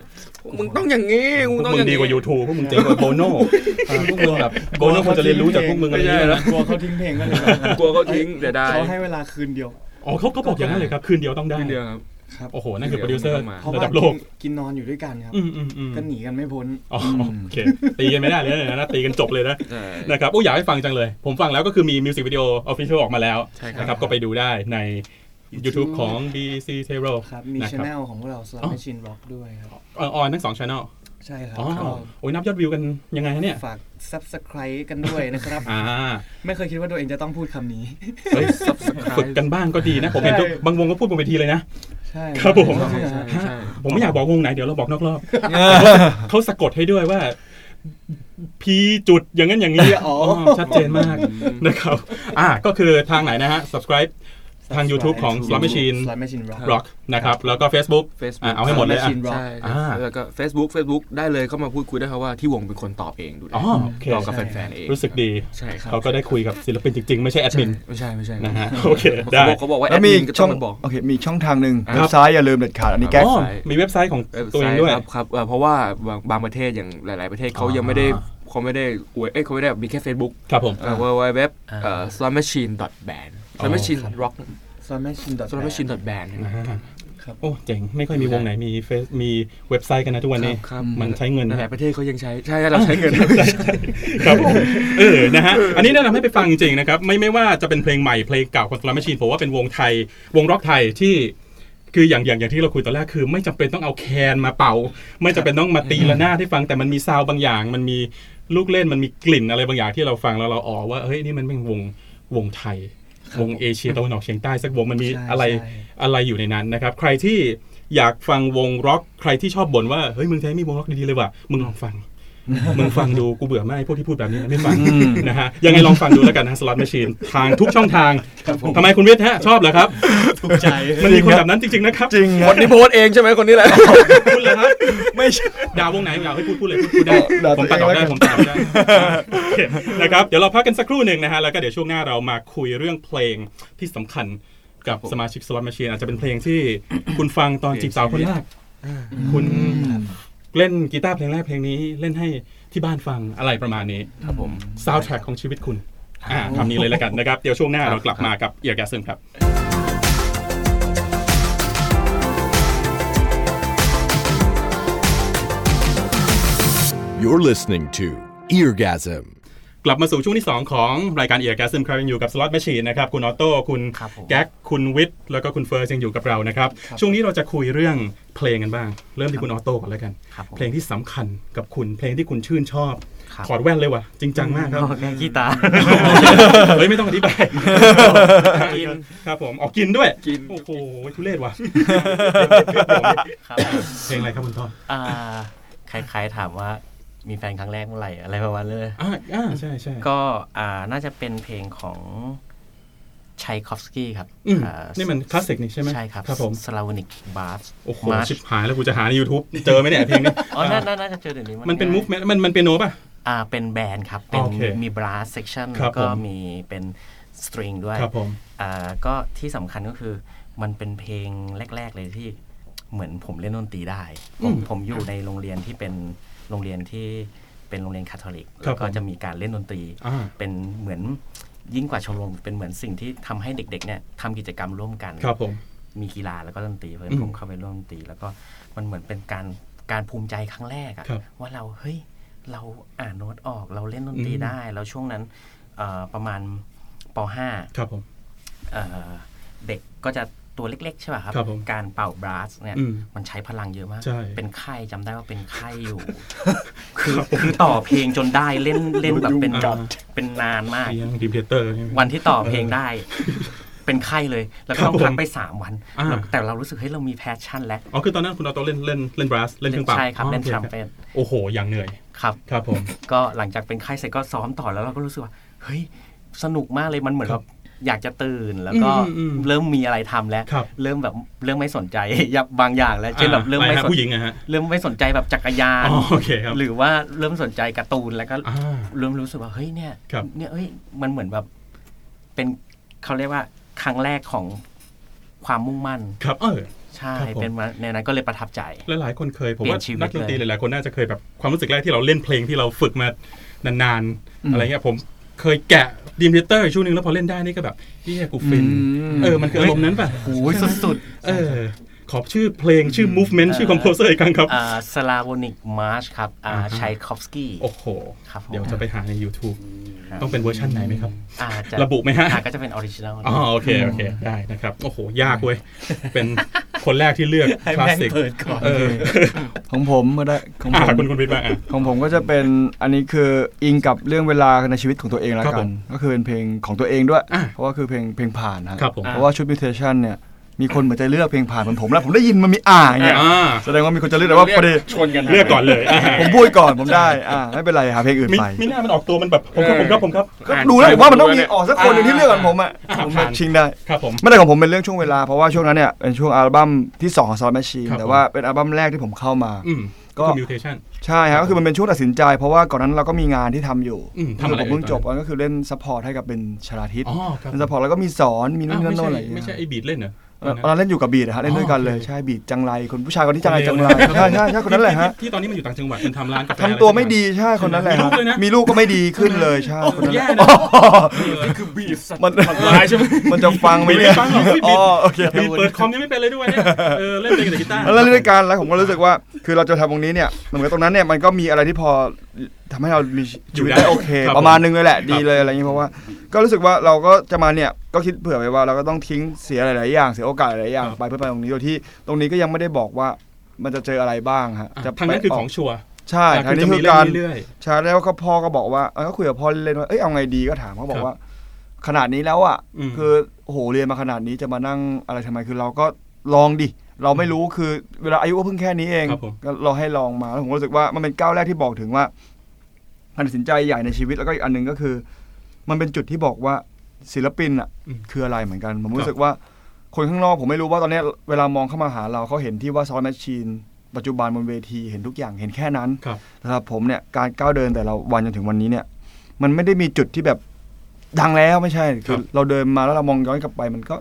Speaker 5: มึงต้องอย่างนี้
Speaker 2: พ
Speaker 5: มึ
Speaker 2: ว
Speaker 5: ง
Speaker 2: ก
Speaker 5: ต้อง
Speaker 2: มึ
Speaker 5: อง ย่าง
Speaker 2: ดี
Speaker 5: นี้
Speaker 2: กว่า YouTube พวกมึงเจ๋งกว่าโบโน่พวกมึงแบบโบโน่คงจะเรียนรู้จากพวกมึงอะไรอย่างเงี้ยนะ
Speaker 3: กลัวเขาทิ้งเพลงก็เลย
Speaker 5: กลัวเขาทิ้งเสียดาย
Speaker 3: เขาให้เวลาคืนเดียว
Speaker 2: อ๋อเขาก็บอกอย่างนั้นเลยครับ คืนเดียวต้องได้
Speaker 5: คืนเดียวครับ
Speaker 2: โอ้โห นั่นคือโปรดิวเซอร์
Speaker 3: เพราะ
Speaker 2: ระ
Speaker 3: ว่า
Speaker 2: ดับโลก
Speaker 3: กินกินนอนอยู่ด้วยกันครับ
Speaker 2: อืมอืมอืม
Speaker 3: ก็หนีกันไม่พ้น
Speaker 2: อ๋อโอเค ตีกันไม่ได้เลยนะ ตีกันจบเลยนะ
Speaker 5: ใช่
Speaker 2: นะครับโอ้อยากให้ฟังจังเลย ผมฟังแล้วก็คือมีมิวสิกวิดีโอออฟฟิเชียลออกมาแล้ว
Speaker 5: ใช่ครับ
Speaker 2: นะครับก็ไปดูได้ใน YouTube ของ BC t e r o
Speaker 3: ครับ มี
Speaker 2: นะ
Speaker 3: ช
Speaker 2: ครับ
Speaker 3: anel ของพวกเราสลับ
Speaker 2: อ๋อ
Speaker 3: แมชชีนร็อกด้วยครับ
Speaker 2: เออออนทั้งสองช anel
Speaker 3: ใช่ครับ
Speaker 2: อ๋อ
Speaker 3: ก็
Speaker 2: โอ้ยนับยอดวิวกันยังไงฮะเนี่ย
Speaker 3: ฝาก subscribe กันด้วยนะครับ
Speaker 2: อ่า
Speaker 3: ไม่เคยคิดว่าตัวเองจะต้องพูดคำนี้
Speaker 2: เฮ้ยฝึกกันบ้างก็ดีนะ ผมเห็นทุก
Speaker 3: ใช่
Speaker 2: บางวงก็พูดบนเวทีเลยนะ
Speaker 3: ใช่
Speaker 2: ครับผม
Speaker 3: ใช่ค
Speaker 5: ใช่
Speaker 3: รับ
Speaker 5: ใช่ใช่
Speaker 2: ผมไม่อยากบอกวงไหนเดี๋ยวเราบอกนอกรอบ เขาสะกดให้ด้วยว่า พีจุดอย่างนั้นอย่างนี้อ๋อชัดเจนมากนะครับ อ่ะก็คือทางไหนนะฮะ subscribe ทาง YouTube ของ Slot Machine
Speaker 3: สลับแมชชีนร็อก
Speaker 2: Rock นะครับ แล้วก็ Facebook อ่ะ
Speaker 5: Facebook
Speaker 2: เอาให้หมดเลยอ่ะ
Speaker 3: Machine Rock
Speaker 5: ใช่
Speaker 2: อ่า
Speaker 5: แล้วก็ Facebook Facebook ได้เลยเข้ามาพูดคุยได้ครับว่าที่วงเป็นคนตอบเองดูแล
Speaker 2: อ๋อโอเค
Speaker 5: เรากับแฟนๆเอง
Speaker 2: รู้สึกดี
Speaker 5: ใช่ครับ
Speaker 2: เขาก็ได้คุยกับศิลปินจริง ๆ ไม่ใช่แอดมิน
Speaker 5: ไม่ใช่ไม่ใช่
Speaker 2: นะฮะโอเคได้
Speaker 5: ขาบอกเขาบอกว่าแอ
Speaker 4: แล้ว
Speaker 5: ด
Speaker 4: มี
Speaker 5: มิ
Speaker 4: อี
Speaker 5: น
Speaker 4: ก
Speaker 5: ก็
Speaker 4: ช่
Speaker 5: ต้
Speaker 4: อ
Speaker 5: อง งมาบอก
Speaker 4: โอเคมีอีกช่องทางหนึ่ง
Speaker 5: ครับ
Speaker 4: เว็บไซต์อย่าลืมเด็ดขาดอันนี้แก้
Speaker 2: อ๋อ
Speaker 4: ไข
Speaker 2: มีเว็บไซต์ของ
Speaker 5: เว็บ
Speaker 2: ตัว
Speaker 5: ไซ
Speaker 2: เอง
Speaker 5: ต์
Speaker 2: ด้วย
Speaker 5: ครับครับเอ่อเพราะว่าบางบางประเทศอย่างหลาย ๆ ประเทศเขายังไม่ได้เขาไม่ได้อวยเอ้ยเขาไม่ได้มีแค่ Facebook
Speaker 2: ครับผม
Speaker 5: w w w
Speaker 6: อ่า
Speaker 5: s l o t m a c h i n e b a n d s l o t m a c h i n e rock
Speaker 3: สลับแมชชีน
Speaker 5: s l o t m a c h i n e band
Speaker 2: อ่า
Speaker 3: ครับ
Speaker 2: โอ้เจ๋งไม่ค่อยมีวงไหนมีเฟซมีเว็บไซต์กันนะทุกวันนี้
Speaker 5: ครับครับ
Speaker 2: มันใช้เงิน
Speaker 5: หลายๆประเทศเขายังใช้ใช่เราใช้เงิน
Speaker 2: ครับผมเออ นะฮะ อันนี้แนะนำให้ไปฟังจริงๆนะครับ ไม่ไม่ว่าจะเป็นเพลงใหม่เพลงเก่าของสลัมแมชชีนผมว่าเป็นวงไทย วงร็อกไทยที่คืออย่างอย่างอย่างที่เราคุยตอนแรกคือ ไม่จำเป็นต้องเอาแคนมาเป่า ไม่จำเป็นต้องมาตีละนาดให้ฟังแต่มันมีซาวด์บางอย่าง มันมีลูกเล่นมันมีกลิ่นอะไรบางอย่างที่เราฟังแล้วเราอ๋อว่าเฮ้ยนี่มันเป็นวงวงไทย วงเอเชียตะวันออกเฉียงใต้สักวงมันมี
Speaker 3: ใช่
Speaker 2: อะไร
Speaker 3: ใช่
Speaker 2: อะไรอยู่ในนั้นนะครับ ใครที่อยากฟังวงร็อกใครที่ชอบบ่นว่าเฮ้ยเมืองไทยไม่มีวงร็อกดีๆเลยว่ะมึงลองฟัง มึงฟังดูกูเบื่อมากไอ้พวกที่พูดแบบนี้นะไม่ฟังนะฮะยังไงลองฟังดูแล้วกันนะสล็อตแมชชีนทางทุกช่องทางทำไมคุณวิทย์ฮะชอบเหรอครับ
Speaker 3: ถูกใจ
Speaker 2: มันมีคนแบบ นั้นจริงๆนะครับ
Speaker 4: จริง
Speaker 5: คนที่โพสต์เองใช่ไหมคนนี้แหละ
Speaker 2: คุณเหรอฮะ
Speaker 4: ไม่ใช่
Speaker 2: ด่าวงไหนด่าให้พูดพูดเลยพูดพูดได้
Speaker 4: ด่า
Speaker 2: ผม
Speaker 4: ตั
Speaker 2: ตัด
Speaker 4: ว
Speaker 2: อ
Speaker 4: เอง
Speaker 2: อกได้
Speaker 4: แล้
Speaker 2: ผมตัดออ
Speaker 4: วกัน
Speaker 2: กได้โอเคนะครับเดี๋ยวเราพักกันสักครู่หนึ่งนะฮะแล้วก็เดี๋ยวช่วงหน้าเรามาคุยเรื่องเพลงที่สำคัญกับสมาชิกสล็อตแมชชีนอาจจะเป็นเพลงที่ คุณฟังตอนจีบสาวคนแรกคุณเล่นกีตาร์เพลงแรกเพลงนี้เล่นให้ที่บ้านฟังอะไรประมาณนี้
Speaker 5: ครับผม
Speaker 2: ซาวด์แทร็กของชีวิตคุณอ่าคำนี้เลยแล้วกันนะครับ เดี๋ยวช่วงหน้าเรากลับมากับเอียร์แกซึมครับ
Speaker 1: You're listening to Eargasm.
Speaker 2: กลับมาสู่ช่วงที่ 2 ของรายการเอียร์แกซึมครับยังอยู่กับสล็อตแมชชีนนะครับคุณออโต้คุณ
Speaker 6: ครับผม
Speaker 2: แก๊กคุณวิทย์แล้วก็คุณเฟิร์สยังอยู่กับเรานะครับ ช่วงนี้เราจะคุยเรื่องเพลงกันบ้าง เริ่มที่คุณออโต้ก่อนแล้วกัน
Speaker 6: ครับผม
Speaker 2: เพลงที่สำคัญกับคุณเพลงที่คุณชื่นชอบ
Speaker 6: ครับ
Speaker 2: ถอดแว่นเลยว่ะ จริงจังมากครับ
Speaker 6: แค่ขี้ตา
Speaker 2: เฮ้ย ไม่ต้องอธิบาย
Speaker 6: กิน
Speaker 2: ครับผมออกกินด้วย
Speaker 5: กิน
Speaker 2: โอ้โหทุเรศว่ะ
Speaker 6: ครับ
Speaker 2: เพลงอะไรครับคุณต้อม
Speaker 6: อ่าคล้ายๆถามว่ามีแฟนครั้งแรกเมื่อไหร่อะไรประมาณนั้นเลย
Speaker 2: อ่าอ่าใช่ใช่
Speaker 6: ก็อ่าน่าจะเป็นเพลงของชัยคอฟสกี้ครับ
Speaker 2: อืม
Speaker 6: อ่า
Speaker 2: นี่มันคลาสสิกนี่ใช่ไหม
Speaker 6: ใช่ครับ
Speaker 2: ครับผม
Speaker 6: สลาวนิกบาร์ส
Speaker 2: โอ้โห
Speaker 6: มา
Speaker 2: ชิบหายแล้วกูจะหาใน YouTube เจอไหมเนี่ยเพลงนี้
Speaker 6: อ๋อน่าน่าน่าจะเจอเดี๋ยวนี้
Speaker 2: มันเป็น
Speaker 6: ง่าย
Speaker 2: มูฟเมนต์มันมันเป็นโนป่ะ
Speaker 6: อ่าเป็นแบรนด์ครับ เป็น
Speaker 2: โอเค
Speaker 6: มีบราสเซ c ชัน
Speaker 2: ครั
Speaker 6: แล้
Speaker 2: บ
Speaker 6: วก็
Speaker 2: ผม
Speaker 6: มีเป็นสตริงด้วย
Speaker 2: ครับผม
Speaker 6: อ่าก็ที่สำคัญก็คือมันเป็นเพลงแรก ๆ เลยที่เหมือนผมเล่นดนตรีได้ ผม
Speaker 2: อืม
Speaker 6: ผมอยู่ในโรงเรียนที่เป็นโรงเรียนที่เป็นโรงเรียนคาทอลิก
Speaker 2: ครับ
Speaker 6: แล้วก็
Speaker 2: ผม
Speaker 6: จะมีการเล่นดนตรี
Speaker 2: อ่า
Speaker 6: เป็นเหมือนยิ่งกว่าชมรมเป็นเหมือนสิ่งที่ทำให้เด็กๆเนี่ยทำกิจกรรมร่วมกัน
Speaker 2: ครับผม
Speaker 6: มีกีฬาแล้วก็ดนตรีเพื่อ
Speaker 2: อืม
Speaker 6: ผมเข้าไปร่วมดนตรี แล้วก็มันเหมือนเป็นการการภูมิใจครั้งแรกอะ
Speaker 2: ครับ
Speaker 6: ว่าเราเฮ้ยเราอ่านโน้ตออกเราเล่นดนตรี
Speaker 2: อืม
Speaker 6: ได้ แล้วช่วงนั้นเอ่อประมาณป .5
Speaker 2: ครับผม
Speaker 6: เด็กก็จะตัวเล็กๆ ใช่ป่ะครับ
Speaker 2: ครับผม
Speaker 6: การเป่าบราสเนี่ย
Speaker 2: อืม
Speaker 6: มันใช้พลังเยอะมาก
Speaker 2: ใช่
Speaker 6: เป็นไข้จำได้ว่าเป็นไข้ อยู่ คือคือต่อเพลงจนได้เล่นเล่นแบบเป็น
Speaker 2: ยุ่งกัด
Speaker 6: เป็นนานมาก
Speaker 2: เลี้ยงดีเพเตอร์ใช่ไหม
Speaker 6: วันที่ต่อเพลงได้ เป็นไข้เลย แล้วก็ต้อง
Speaker 2: ครับผม
Speaker 6: พักไป 3 วัน
Speaker 2: อ่า
Speaker 6: แล้วแต่เรารู้สึกเฮ้ยเรามีแพชชั่นแล้ว
Speaker 2: อ๋อคือตอนนั้นคุณเอาโตเล่นเล่นเล่นบลัสเล่นเครื่องเป่า
Speaker 6: ใช่ครับ
Speaker 2: อ๋อ
Speaker 6: เล่น
Speaker 2: โอ
Speaker 6: ทรัม
Speaker 2: ค
Speaker 6: เป็ต
Speaker 2: โอ้โห อย่างเหนื่อย
Speaker 6: ครับ
Speaker 2: ครับผม
Speaker 6: ก็หลังจากเป็นไข้เสร็จก็ซ้อมต่อแล้วเราก็รู้สึกว่า เฮ้ย สนุกมากเลยมันเหมือน
Speaker 2: ครั
Speaker 6: แบบ บอยากจะตื่นแล้วก็
Speaker 2: อืมอืมอืม
Speaker 6: เริ่มมีอะไรทำแล้ว
Speaker 2: ครับ
Speaker 6: เริ่มแบบเริ่มไม่สนใจ อยากบางอย่างแล้วเช่นแบบเริ่ม
Speaker 2: อ่า
Speaker 6: ไม่
Speaker 2: ปฮะ
Speaker 6: สน
Speaker 2: ผู้หญิงอะฮะ
Speaker 6: เริ่มไม่สนใจแบบจักรยาน
Speaker 2: อ๋อโอเคครับ
Speaker 6: หรือว่าเริ่มสนใจการ์ตูนแล้วก็
Speaker 2: อ่า
Speaker 6: เริ่มรู้สึกว่าเฮ้ยเนี่ย
Speaker 2: ครับ
Speaker 6: เนี่ยเอ้ยมันเหมือนแบบเป็นเขาเรียกว่าครั้งแรกของความมุ่งมั่น
Speaker 2: ครับเออ
Speaker 6: ใช่
Speaker 2: ครับผม
Speaker 6: เป็นมาในนั้นก็เลยประทับใจ
Speaker 2: หลายๆคนเคยผม
Speaker 6: เปลี่
Speaker 2: ว่าย
Speaker 6: นชีวิต
Speaker 2: นักดนตรีห
Speaker 6: เลย
Speaker 2: ลายๆคนน่าจะเคยแบบความรู้สึกแรกที่เราเล่นเพลงที่เราฝึกมานานๆอะไรเงี้ยผมเคยแกะดีมเพเตอร์ช่วงนึงแล้วพอเล่นได้นี่ก็แบบเฮียกูฟินเออมันคืออารมณ์นั้นป่ะ
Speaker 6: โอ้ยสุด
Speaker 2: เออขอบชื่อเพลงชื่อ movement ชื่อ composer อีกครั้งครับ
Speaker 6: ๆสลาโวนิกมาร์ชครับ
Speaker 2: อ่าฮะ
Speaker 6: ชัยคอฟสกี้
Speaker 2: โอ้โห
Speaker 6: ครับผม
Speaker 2: เดี๋ยวจะไปหาใน YouTube ต้องเป็นเวอร์ชันไหนไหมครับ
Speaker 6: อาจจะ
Speaker 2: ระบุไหมฮะ
Speaker 6: อ่าก็จะเป็นออริจินัล
Speaker 2: อ๋อโอเคโอเคได้นะครับ โอ้โห ยากเว้ ย เป็นคนแรกที่เลือก
Speaker 6: ให้
Speaker 2: คลา
Speaker 6: แม่
Speaker 2: ส
Speaker 6: ง
Speaker 2: สิก
Speaker 6: เปิดก่อน
Speaker 2: เออ
Speaker 4: ของผมก็ได้ของ
Speaker 2: อ่ะ
Speaker 4: ผม
Speaker 2: คุณคุณพิทมาอ่ะ
Speaker 4: ของผมก็จะเป็นอันนี้คืออิงกับเรื่องเวลาในชีวิตของตัวเองแล้ว
Speaker 2: ครับ
Speaker 4: กั
Speaker 2: ผ
Speaker 4: น
Speaker 2: ม
Speaker 4: ก็คือเป็นเพลงของตัวเองด้วย
Speaker 2: อ่ะ
Speaker 4: เพราะว่าคือเพลงเพลงผ่านฮะ
Speaker 2: ครับผม
Speaker 4: เพราะว่าชุดมิเทชันเนี่ยมีคนเหมือนจะเลือกเพลงผ่านเหมือนผมแล้วผมได้ยินมันมีอ่าเนี่ย
Speaker 2: อ่า
Speaker 4: แสดงว่ามีคนจะเลือกแต่ว่าพอดี
Speaker 5: ชนกัน
Speaker 2: เลือกก่อนเลยอ่ะ
Speaker 4: ผมพูดก่อนผมได้อ่าไม่เป็นไรหาเพลงอื่น
Speaker 2: มิ
Speaker 4: ไป
Speaker 2: มิน่ามันออกตัวมันแบบผมครับผมครับผมครับ
Speaker 4: ก็ดูแล้วผมว่ามันต้องมีออกสักคนหนึ่งที่เลือกก่อนผมอ่ะ
Speaker 2: อ่ะ
Speaker 4: ผม
Speaker 2: ผ่าน
Speaker 4: ชิงได้
Speaker 2: ครับผม
Speaker 4: ไม่ได้ของผมเป็นเรื่องช่วงเวลา เพราะว่าช่วงนั้นเนี่ยเป็นช่วงอัลบั้มที่2ของซอ m แมชชีน
Speaker 2: ครับ
Speaker 4: แต่
Speaker 2: ผม
Speaker 4: ว่าเป็นอัลบั้มแรกที่ผมเข้ามา
Speaker 2: อืม
Speaker 4: ก็
Speaker 2: ก็มิวเทชัน
Speaker 4: ใช่ครับก็คือมันเป็นช่วงตัดสินใจ เพราะว่าก่อนนั้นเราก็มีงานที่ทำอยู่
Speaker 2: อืมทำ
Speaker 4: คื
Speaker 2: อะไร
Speaker 4: อผมเพิ่
Speaker 2: อ
Speaker 4: ง
Speaker 2: ยู่
Speaker 4: จ
Speaker 2: ตอบ นนั้น
Speaker 4: ก็คือเล่นซัพพอร์ตให้กับเป็นชลาทิศ
Speaker 2: อ๋อครับ
Speaker 4: เป็นซัพพอร์ตแล้วก็มีสอนมีนู่น
Speaker 2: อ้าวไม่ใช่
Speaker 4: นี่นั่นโน่นอะไรอย่าง
Speaker 2: ไม่
Speaker 4: เงี้
Speaker 2: ใช่
Speaker 4: ย
Speaker 2: ไอบีดเล่นเหรอ
Speaker 4: เออตอนนั้นเล่นอยู่กับบีดอะฮะเล่นด้วยกันเลย
Speaker 2: อ๋อโอเค
Speaker 4: ใช่บีดจังไรคนผู้ชายคนที่จังไรจังไรใช่ใช่ใช่คนนั้นแหละฮะ
Speaker 2: ที่ที่ตอนนี้มันอยู่ต่างจังหวัดมันทำร้านกาแฟ
Speaker 4: ทำตัวไม่ดีใช่คนนั้นแหละฮะมีลูกก็ไม่ดีขึ้นเลยใช่คนนั้นแห
Speaker 2: แย่
Speaker 4: ละ
Speaker 2: นะ
Speaker 5: คือบีบสัตว์
Speaker 4: มัน
Speaker 5: ร้ายใช่ไหม
Speaker 4: มันจะฟังไหม
Speaker 2: ไม่
Speaker 4: เนี่ย
Speaker 2: ได้ฟังหรอกพี่
Speaker 4: อ๋
Speaker 2: บิ
Speaker 4: อ
Speaker 2: ด
Speaker 4: โอเค
Speaker 2: บิดเปิดคอมยังไม่เป็นเลยด้วยเนี่ยเออเล่นเพลงแต่กีตาร์
Speaker 4: แล้วเล่นด้วยกันแล้วผมก็รู้สึกว่าคือเราจะทำตรงนี้เนี่ยเหมือนกับตรงนั้นเนี่ยมันก็มีอะไรที่พอทำให้เรามีชีวิตได้โอเค
Speaker 2: บผ
Speaker 4: ประมาณนึงเลยแหละ
Speaker 2: ครับ
Speaker 4: ดีเลยอะไรอย่างนี้เพราะว่าก็รู้สึกว่าเราก็จะมาเนี่ยก็คิดเผื่อไว้ว่าเราก็ต้องทิ้งเสียหลาย ๆ อย่างเสียโอกาสหลาย ๆ อย่าง
Speaker 2: ครับ
Speaker 4: ไปเพื่อไปตรงนี้โดยที่ตรงนี้ก็ยังไม่ได้บอกว่ามันจะเจออะไรบ้างฮะ
Speaker 2: อ่ะ
Speaker 4: จะ
Speaker 2: ทางนั้นคือ
Speaker 4: ไป
Speaker 2: ของชัวร์
Speaker 4: ใช่
Speaker 2: แต่
Speaker 4: ทางนี้
Speaker 2: จะ
Speaker 4: คื
Speaker 2: มี
Speaker 4: อ
Speaker 2: เล่
Speaker 4: การ
Speaker 2: นเรื่อย
Speaker 4: ใช่แล้วก็พ่อก็บอกว่าเออก็คุยกับพ่อเล่นๆว่าเอ้ยเอาไงดีก็ถามเขาบอ
Speaker 2: ครั
Speaker 4: ก
Speaker 2: บ
Speaker 4: ว่า ขนาดนี้แล้วอ่ะ
Speaker 2: อืม
Speaker 4: คือโอ้โหเรียนมาขนาดนี้จะมานั่งอะไรทำไมคือเราก็ลองดิ เราไม่รู้คือเวลาอายุก็เพิ่งแค่นี้เอง
Speaker 2: ครับผม
Speaker 4: ก็เราให้ลองมาแล้วผมก็รู้สึกว่ามันเป็นก้าวแรกที่บอกถึงว่าการตัดสินใจใหญ่ในชีวิตแล้วก็อีกอันหนึ่งก็คือ มันเป็นจุดที่บอกว่าศิลปินอ่ะ
Speaker 2: อืม
Speaker 4: คืออะไรเหมือนกัน ผม
Speaker 2: ครับ
Speaker 4: รู้สึกว่าคนข้างนอกผมไม่รู้ว่าตอนเนี้ยเวลามองเข้ามาหาเราเขาเห็นที่ว่าซอ m แมชชีนปัจจุบันบนเวทีเห็นทุกอย่างเห็นแค่นั้น
Speaker 2: ครับ
Speaker 4: สำหรับผมเนี่ยการก้าวเดินแต่ละวันจนถึงวันนี้เนี่ย มันไม่ได้มีจุดที่แบบดังแล้วไม่ใช่
Speaker 2: ครั
Speaker 4: คื
Speaker 2: บ
Speaker 4: อเราเดินมาแล้วเรามองย้อนกลับไป มันก็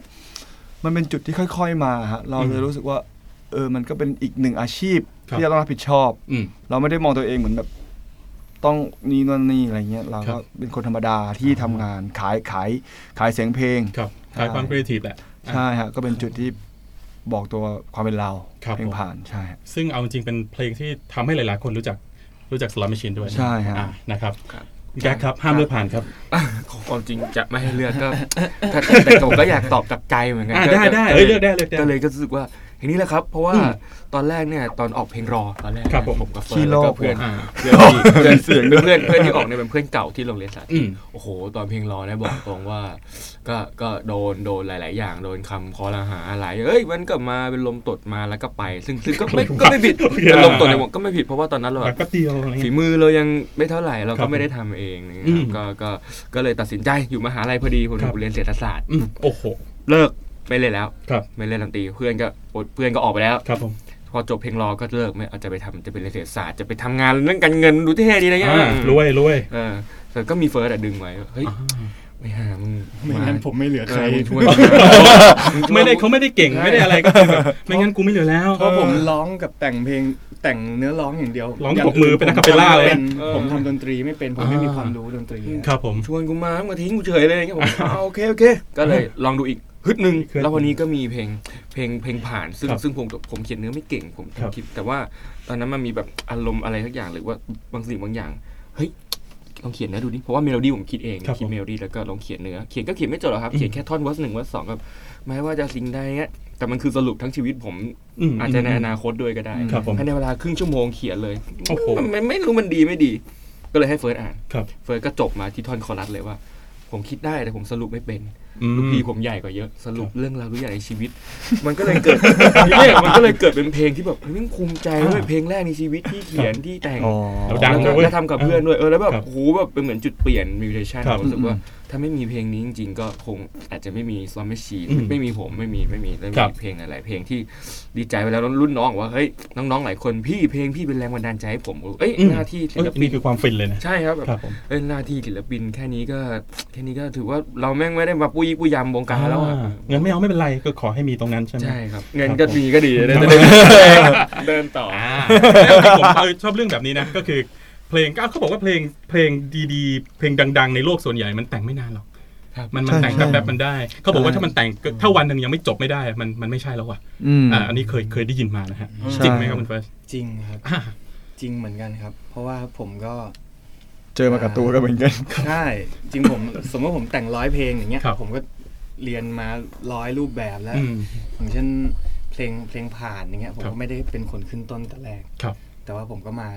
Speaker 4: มันเป็นจุดที่ค่อย ๆ มาฮะเราเล
Speaker 2: อื
Speaker 4: ย
Speaker 2: ม
Speaker 4: รู้สึกว่า เออมันก็เป็นอีกหนึ่งอาชีพ
Speaker 2: ครับ
Speaker 4: ที่เราต้องรับผิดชอบ
Speaker 2: อืม
Speaker 4: เราไม่ได้มองตัวเองเหมือนแบบ ต้องนี่นั่นนี่อะไรเงี้ยเรา
Speaker 2: ครั
Speaker 4: ก็
Speaker 2: บ
Speaker 4: เป็นคนธรรมดาที่ทำงานขายขายขายเสียงเพลง
Speaker 2: ครับขายความครีเอทีฟแหละ
Speaker 4: ใช่ฮะก็เป็นจุดที่บอกตัวความเป็นเรา
Speaker 2: ครับ
Speaker 4: เพลงผ่านใช่ฮะ
Speaker 2: ซึ่งเอาจริงๆเป็นเพลงที่ทำให้หลายๆ คนรู้จักรู้จักสลอมมชินด้วย
Speaker 4: ใช่ฮะ
Speaker 2: อ่นะครับ
Speaker 5: ครับ
Speaker 2: คุณแก๊กครับห้ามเลือกผ่านครับ
Speaker 5: ความจริงจะไม่ให้เลือกก็ ถ้าแต่ผมก็อยากตอบจากใจเหมือนกัน
Speaker 2: อ่ะ
Speaker 5: ก็
Speaker 2: ได้ได้เอ้ยเลือกได้เลือกได้
Speaker 5: ก็เลยก็รู้สึกว่าอย่างนี้แหละครับ เพราะว่า
Speaker 2: อืม
Speaker 5: ตอนแรกเนี่ยตอนออกเพลงรอตอนแรก
Speaker 2: ครับผม
Speaker 5: ผมกับเฟิ
Speaker 4: ที่
Speaker 5: ร์น
Speaker 4: ร
Speaker 5: แล้ว
Speaker 4: อบ
Speaker 5: ก็เพื่อน
Speaker 2: อ่า
Speaker 5: เพื่อนที่เพื่อนเสียงเพื่อนเพื่อนที่ออกเนี่ยเป็นเพื่อนเก่าที่โรงเรียนสาธิ
Speaker 2: อื
Speaker 5: ต
Speaker 2: ม
Speaker 5: โอ้โห ตอนเพลงรอเนี่ยบอกตรงว่า ก็ก็โดนโดนหลาย ๆ อย่างโดนคำคอรหาหลายเอ้ยมันก็มาเป็นลมตดมาแล้วก็ไป ซึ่งซึ่งก็ไม่ก็ไม่ผิด
Speaker 2: โอเค
Speaker 5: เป็นลมตดในวงก็ไม่ผิดเพราะว่าตอนนั้นเราแบบ
Speaker 2: แบบก็เดียวอะไร
Speaker 5: ฝี
Speaker 2: เงี้ย
Speaker 5: มือเรายังไม่เท่าไหร่เรา
Speaker 2: ครั
Speaker 5: ก็
Speaker 2: บ
Speaker 5: ไม่ได้ทำเองนะค
Speaker 2: อื
Speaker 5: รั
Speaker 2: ม
Speaker 5: บก็ก็ก็เลยตัดสินใจอยู่มหาลัยพอดีผม
Speaker 2: ครับ
Speaker 5: เรียนเศรษฐศาสตร์
Speaker 2: อืมโอ้โห
Speaker 5: เลิกไม่เล่นแล้ว
Speaker 2: ครับ
Speaker 5: ไม่เล่นดนตรีเพื่อนก็อดเพื่อนก็ออกไปแล้ว
Speaker 2: ครับผม
Speaker 5: พอจบเพลงรอก็เลิกไม่เอาจะไปทำจะไปเรียนเศรษฐศาสตร์จะไปทำงานเรื่องการเงินดูเท่ดีอะไรเงี้ย
Speaker 2: อ่า
Speaker 5: อืม
Speaker 2: รวยรวย
Speaker 5: เออแต่ก็มีเฟิร์สอะดึงไว้เฮ้ยไม่หามึง
Speaker 7: ไม่งั้นผมไม่เหลือ
Speaker 5: เอ
Speaker 7: ใคร
Speaker 5: อมึงชวน
Speaker 2: ไม่ได้เขาไม่ได้เก่งไม่ได้อะไรก็คือแบบไม่งั้นกูไม่เหลือแล้ว
Speaker 3: เพราะผมร้องกับแต่งเพลงแต่งเนื้อร้องอย่างเดียว
Speaker 2: ร้อง
Speaker 3: ย่า
Speaker 2: ปรบมือเป็น acapella เลยนะ
Speaker 3: ผมผมทำดนตรีไม่เป็นผมไม่มีความรู้ดนตรี
Speaker 2: ครับผม
Speaker 5: ชวนกูมามึงมาทิ้งกูเฉยเลยอย่างเงี้ยผมเอาโอเคโอเค ก็เลยลองดูอีกฮึดหนึ่ง
Speaker 2: อีกฮึด
Speaker 5: แล้ววันนี้ก็มีเพลงเพลงเพลงผ่านซึ่ง
Speaker 2: ครับ
Speaker 5: ซึ่งผมผมเขียนเนื้อไม่เก่งผม
Speaker 2: ครับ
Speaker 5: คิดแต่ว่าตอนนั้นมันมีแบบอารมณ์อะไรสักอย่างหรือว่าบางสิ่งบางอย่างเฮ้ยลองเขียนเนื้อดูดิเพราะว่าเมโลดี้ผมคิดเอง
Speaker 2: ครับผม
Speaker 5: คิดเมโลดี้แล้วก็ลองเขียนเนื้อเขียนก็เขียนไม่จบหรอกครับ
Speaker 2: อืม
Speaker 5: เขียนแค่ท่อนวัสหนึ่งวัสสองกับไม่ว่าจะสิ่งใดเงี้ยแต่มันคือสรุปทั้งชีวิตผม
Speaker 2: ม
Speaker 5: อาจจะในอนาคตด้วยก็ได้
Speaker 2: ครับผม
Speaker 5: ภายในเวลาครึ่งชั่วโมงเขียนเลย
Speaker 2: โอ้โห
Speaker 5: มันมันไม่รู้มันดีไม่ดี ก็เลยให้เฟิร์สอ่าน
Speaker 2: ครับ
Speaker 5: เฟิร์สก็จบมาที่ท่อนคอรัสเลยว่า ผมคิดได้แต่ผมสรุปไม่เป็น
Speaker 2: อืม
Speaker 5: ลูกพี่ผมใหญ่กว่าเยอะ สรุปเรื่องราวทุกอย่างในชีวิต มันก็เลยเกิด เนี่ยมันก็เลยเกิดเป็นเพลงที่แบบเฮ้ยแมันภูมิใจเว้ยเพลงแรกในชีวิตที่เขียนที่แต่ง
Speaker 4: อ๋อ
Speaker 2: เราดัง
Speaker 5: แล้ว
Speaker 2: เว้
Speaker 5: ก็
Speaker 2: ย
Speaker 5: แล้วทำกับเพื่อนด้วยเออแล้วแบบ
Speaker 2: ครับ
Speaker 5: โหแบบเป็นเหมือนจุดเปลี่ยนมิวเทชัน
Speaker 2: ครับ
Speaker 5: ผมรู้สึกว่าถ้าไม่มีเพลงนี้จริงๆ ก็คงอาจจะไม่มีซอมเมชีน
Speaker 2: อืม
Speaker 5: ไม่มีผมไม่มีไม่มีแล้ว
Speaker 2: ครั
Speaker 5: มี
Speaker 2: บ
Speaker 5: เพลงหลายๆเพลงที่ดีใจไปแล้วแล้วรุ่นน้องบอกว่าเฮ้ยน้องๆหลายคนพี่เพลงพี่เป็นแรงบันดาลใจให้ผมเอ้ยหน้าที่ศิ
Speaker 2: เอ้ย
Speaker 5: ลปิ
Speaker 2: นี่
Speaker 5: น
Speaker 2: คือความฟินเลยนะ
Speaker 5: ใช่ครับแบบ
Speaker 2: ครับผม
Speaker 5: เอ้ยหน้าที่ศิลปินแค่นี้ก็แค่นี้ก็ถือว่าเราแม่งไม่ได้มาปุยปุยยำวงการแล้วอ่ะ
Speaker 2: อ่เงินไม่เอาไม่เป็นไรก็ขอให้มีตรงนั้นใช่ไหม
Speaker 5: ใช่ครับ
Speaker 2: ค
Speaker 5: เงิ
Speaker 2: รั
Speaker 5: น
Speaker 2: บ
Speaker 5: ก็มีก็ดีเดินเดินต่อ
Speaker 2: อ่า แต่ที่ผมเออชอบเรื่องแบบนี้นะ ก็คือเพลงก็เขาบอกว่าเพลงเพลงดีๆ เพลงดัง ๆ ในโลกส่วนใหญ่มันแต่งไม่นานหรอก
Speaker 5: ครับ
Speaker 2: มันมันแต่ง
Speaker 4: ใช่
Speaker 2: แป๊บๆมันได้ เขาบอกว่า
Speaker 4: ใช่
Speaker 2: ถ้ามันแต่งก็ถ้าวันหนึ่งยังไม่จบไม่ได้ มันมันไม่ใช่แล้วว่ะ
Speaker 4: อืม
Speaker 2: อ่าอันนี้เคยเคยได้ยินมานะฮะ
Speaker 4: ใช่
Speaker 2: จริงไหมครับคุณเฟิร์ส
Speaker 3: จริงครับ
Speaker 2: อ่า
Speaker 3: จริงเหมือนกันครับ เพราะว่าผมก็
Speaker 4: เจอมากับตัวก็เหมือนกัน
Speaker 3: ใช่ จริงผมสมมติผมแต่งร้อยเพลงอย่างเงี้ย
Speaker 2: ครับ
Speaker 3: ผมก็เรียนมาร้อยรูปแบบแล้ว
Speaker 2: อืม
Speaker 3: อย่างเช่นเพลงเพลงผ่านอย่างเงี้ยผม
Speaker 2: ครับ
Speaker 3: ก็ไม่ได้เป็นคนขึ้นต้นแต่แรก
Speaker 2: ครับ
Speaker 3: แต่ว่าผมก็มา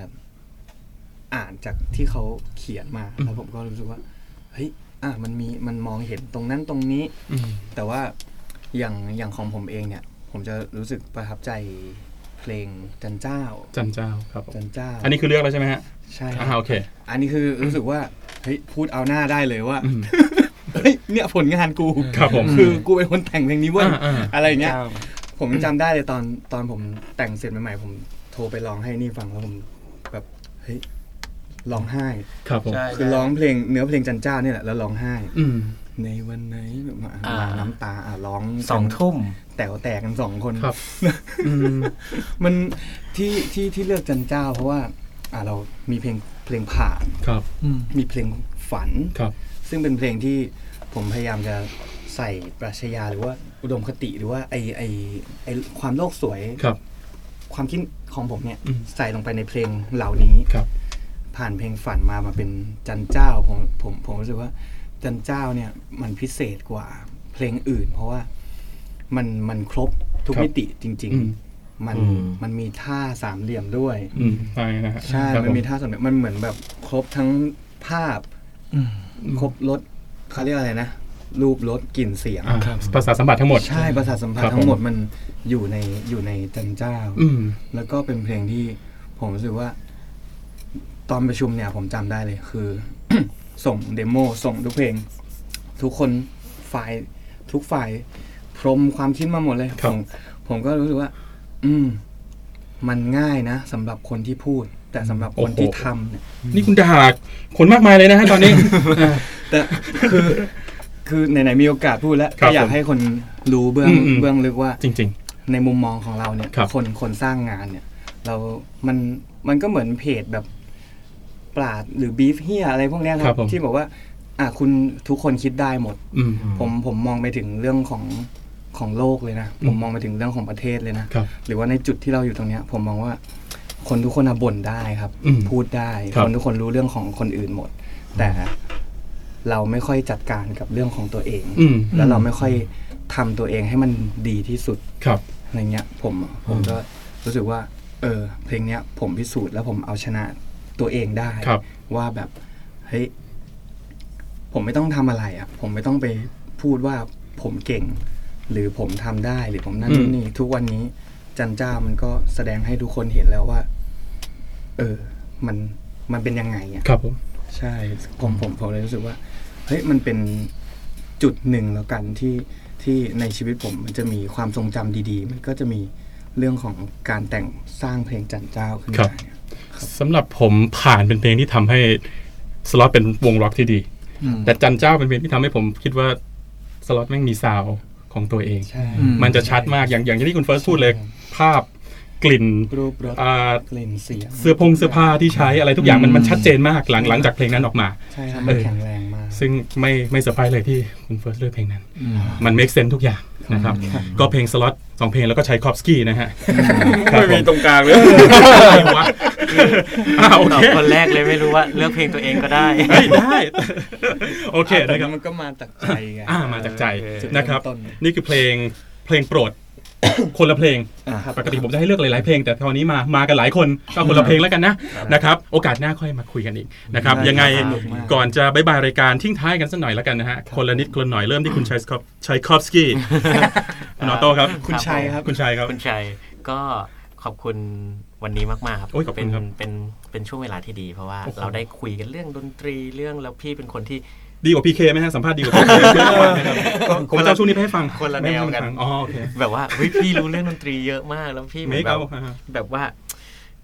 Speaker 3: อ่านจากที่เขาเขียนมา
Speaker 2: อืม
Speaker 3: แล้วผมก็รู้สึกว่าเฮ้ยอ่ะมันมีมันมองเห็นตรงนั้นตรงนี้
Speaker 2: อืม
Speaker 3: แต่ว่าอย่างอย่างของผมเองเนี่ย ผมจะรู้สึกประทับใจเพลงจันเจ้า
Speaker 2: จันเจ้าครับผม
Speaker 3: จันเจ้า
Speaker 2: อันนี้คือเลือกแล้วใช่ไหมฮะ
Speaker 3: ใช่ครับ
Speaker 2: อ่าโอเค
Speaker 3: อันนี้คือรู้สึกว่าเฮ้ยพูดเอาหน้าได้เลยว่า
Speaker 2: อืม
Speaker 3: เฮ้ยเนี่ยผลงานกู
Speaker 2: ครับผม
Speaker 3: คือกูเป็นคนแต่งเพลงนี้เว้ย
Speaker 2: อ่าอ่า
Speaker 3: อะไรอย่างเงี้ย ผมจำได้เลยตอนตอนผมแต่งเสร็จใหม่ๆผมโทรไปร้องให้นี่ฟังแล้วผมแบบเฮ้ยร้องไห้
Speaker 2: ครับผม
Speaker 3: คือร้องเพลงเนื้อเพลงจันเจ้าเนี่ยแหละแล้วร้องไห้
Speaker 2: อืม
Speaker 3: ในวันไหนมา
Speaker 6: อ่าม
Speaker 3: มาน้ำตาอ่ะร้อง
Speaker 6: สองทุ่ม
Speaker 3: แต๋วแตกกันสองคน
Speaker 2: ครับ อืม
Speaker 3: มันที่ที่ที่เลือกจันเจ้า เพราะว่าอ่ะเรามีเพลงเพลงผ่าน
Speaker 2: ครับ
Speaker 3: มีเพลงฝัน
Speaker 2: ครับ
Speaker 3: ซึ่งเป็นเพลงที่ผมพยายามจะใส่ปรัชญาหรือว่าอุดมคติหรือว่าไอไอไอความโลกสวย
Speaker 2: ครับ
Speaker 3: ความคิดของผมเนี่ย
Speaker 2: อืม
Speaker 3: ใส่ลงไปในเพลงเหล่านี้
Speaker 2: ครับ
Speaker 3: ผ่านเพลงฝันมามาเป็นจันเจ้าผมผมผมรู้สึกว่า จันเจ้าเนี่ยมันพิเศษกว่าเพลงอื่น เพราะว่ามันมันครบทุก
Speaker 2: ครับ
Speaker 3: มิติจริง
Speaker 2: อืม
Speaker 3: ๆ มัน
Speaker 6: อืม
Speaker 3: มันมีท่าสามเหลี่ยมด้วย
Speaker 2: อืมใช่นะฮะ
Speaker 3: ใช่
Speaker 2: ครับ
Speaker 3: มันมี
Speaker 2: ผ
Speaker 3: ท่าสามเหลี่ยมมันเหมือนแบบครบทั้งภาพครบรสเขาเรียกอะไรนะ รูปรสกลิ่นเสียง
Speaker 2: อ่าภาษาสัมผัสทั้งหมด
Speaker 3: ใช่ประสาทสัมผัส
Speaker 2: ครับ
Speaker 3: ทั้งหมด
Speaker 2: ผม
Speaker 3: มันอยู่ในอยู่ในจันเจ้า
Speaker 2: อืม
Speaker 3: แล้วก็เป็นเพลงที่ผมรู้สึกว่า ตอนประชุมเนี่ยผมจำได้เลยคือ ส่งเดโมส่งทุกเพลง ทุกคนฝ่ายทุกฝ่ายพรมความคิดมาหมดเลย
Speaker 2: ครั
Speaker 3: ผ
Speaker 2: บ
Speaker 3: มผมก็รู้สึกว่า อืม มันง่ายนะสำหรับคนที่พูด แต่สำหรับคนที่ทำเนี่ย
Speaker 2: นี่คุณดาคนมากมายเลยนะฮะตอน นี้
Speaker 3: แต่คือคือไหนๆมีโอกาสพูดแล้ว
Speaker 2: ครั
Speaker 3: ก็
Speaker 2: บ
Speaker 3: อยา
Speaker 2: ผม
Speaker 3: กให้คนรู้เบื้อง
Speaker 2: อืมอืม
Speaker 3: เบื้องลึกว่า
Speaker 2: จริง
Speaker 3: ในมุมมองของเราเนี่ย
Speaker 2: ครับ
Speaker 3: นคนสร้างงานเนี่ย เรา มัน มันก็เหมือนเพจแบบปราดหรือบีฟเฮียอะไรพวกเนี้ยครับ ที่บอกว่า อ่ะคุณทุกคนคิดได้หมด
Speaker 2: ๆ อืม
Speaker 3: ผมผมมองไปถึงเรื่องของของโลกเลยนะ ผมมองไปถึงเรื่องของประเทศเลยนะ
Speaker 2: ครับ
Speaker 3: หรือว่าในจุดที่เราอยู่ตรงเนี้ย ผมมองว่า คนทุกคนน่ะบ่นได้ครับ
Speaker 2: อืม
Speaker 3: พูดได้
Speaker 2: ครับ
Speaker 3: นทุกคนรู้เรื่องของคนอื่นหมด แต่เราไม่ค่อยจัดการกับเรื่องของตัวเอง
Speaker 2: อืม
Speaker 3: แล้วเราไม่ค่อยทำตัวเองให้มันดีที่สุด
Speaker 2: ครับ
Speaker 3: อะไรเงี้ยผมผมก็รู้สึกว่า เออ เพลงเนี้ย ผมพิสูจน์แล้วผมเอาชนะตัวเองได้
Speaker 2: ครับ
Speaker 3: ว่าแบบเฮ้ยผมไม่ต้องทำอะไรอ่ะ ผมไม่ต้องไปพูดว่าผมเก่ง หรือผมทำได้หรือผมนั่น
Speaker 2: อืม
Speaker 3: นู่นนี่ทุกวันนี้ จันเจ้ามันก็แสดงให้ทุกคนเห็นแล้วว่า เออ มันมันเป็นยังไงอ่ะ
Speaker 2: ครับผม
Speaker 3: ใช่ผมผมผมเลยรู้สึกว่าเฮ้ยมันเป็นจุดหนึ่งแล้วกันที่ที่ในชีวิตผมมันจะมีความทรงจำดีๆ มันก็จะมีเรื่องของการแต่งสร้างเพลงจันเจ้าขึ้นมาเนี่ย
Speaker 2: สำหรับผมผ่านเป็นเพลงที่ทำให้สล็อตเป็นวงร็อกที่ดี
Speaker 4: อืม
Speaker 2: แต่จันเจ้าเป็นเพลงที่ทำให้ผมคิดว่าสล็อตแม่งมีซาวด์ของตัวเอง
Speaker 3: ใช่
Speaker 2: มันจะชัดมากอย่างอย่างที่คุณเฟิร์สพูดเลย ภาพกลิ่น
Speaker 3: รูปรส
Speaker 2: อ่าก
Speaker 3: ลิ่นเสียง
Speaker 2: เสื้อพงเสื้อผ้าที่ใช้อะไรทุกอย่างมันมันชัดเจนมากหลังหลังจากเพลงนั้นออกมา
Speaker 3: ใช่ครับมันแข็งแรงมาก
Speaker 2: ซึ่งไม่ไม่เซอร์ไพรส์เลยที่คุณเฟิร์สเลือกเพลงนั้น มัน make sense ทุกอย่างนะครับ ก็เพลงสล็อตสองเพลงแล้วก็ใช้คอฟสกี้นะฮะ
Speaker 5: ไม่มีตรงกลางเลย
Speaker 2: อะไรวะอ่าโอ
Speaker 6: ตอบ
Speaker 2: เค
Speaker 6: คนแรกเลยไม่รู้ว่าเลือกเพลงตัวเองก็ได้
Speaker 2: เฮ้ยได้ โอเคนะครับ
Speaker 3: มันก็มาจากใจไง
Speaker 2: อ่ามาจากใจ
Speaker 5: โอเค
Speaker 2: นะครับ
Speaker 3: จุดเริ่มต้น
Speaker 2: นี่คือเพลงเพลงโปรด คนละเพลง
Speaker 3: อ่าครับ
Speaker 2: ปกติผมจะให้เลือกหลายๆเพลง แต่คราวนี้มามากันหลายคนก็คนละเพลงแล้วกันนะนะครับ โอกาสหน้าค่อยมาคุยกันอีกนะครับ
Speaker 3: ได้
Speaker 2: ยังไง
Speaker 3: ครับ
Speaker 2: ก่อนจะบายบายรายการทิ้งท้ายกันสักหน่อยแล้วกันนะฮะคนละนิดคนละหน่อยเริ่มที่คุณชัยคอฟชัยคอฟสกี้คุณออโต้ครับ
Speaker 3: คุณชัยครับ
Speaker 2: คุณชัยครับ
Speaker 6: คุณชัยก็ขอบคุณวันนี้มากๆครับ
Speaker 2: โอ้ยขอบคุ
Speaker 6: เป็
Speaker 2: ณ
Speaker 6: น
Speaker 2: ครับ
Speaker 6: เป็นเป็นช่วงเวลาที่ดี เพราะว่า
Speaker 2: โอ้โห
Speaker 6: เราได้คุยกันเรื่องดนตรีเรื่องแล้วพี่เป็นคนที่
Speaker 2: ดีกว่าพีเคไหมฮะสัมภาษณ์ดีกว่า PK เยอะมากนะครับผมจะเอาช่วงนี้ไปให้ฟัง
Speaker 6: คนละแนวกัน
Speaker 2: ไม่ให้ฟังอ๋อโอเค
Speaker 6: แบบว่าเฮ้ยพี่รู้เรื่องดนตรีเยอะมากแล้วพี่เหมื
Speaker 2: เม
Speaker 6: อน
Speaker 2: ค
Speaker 6: แบ
Speaker 2: เอา
Speaker 6: บแบบว่า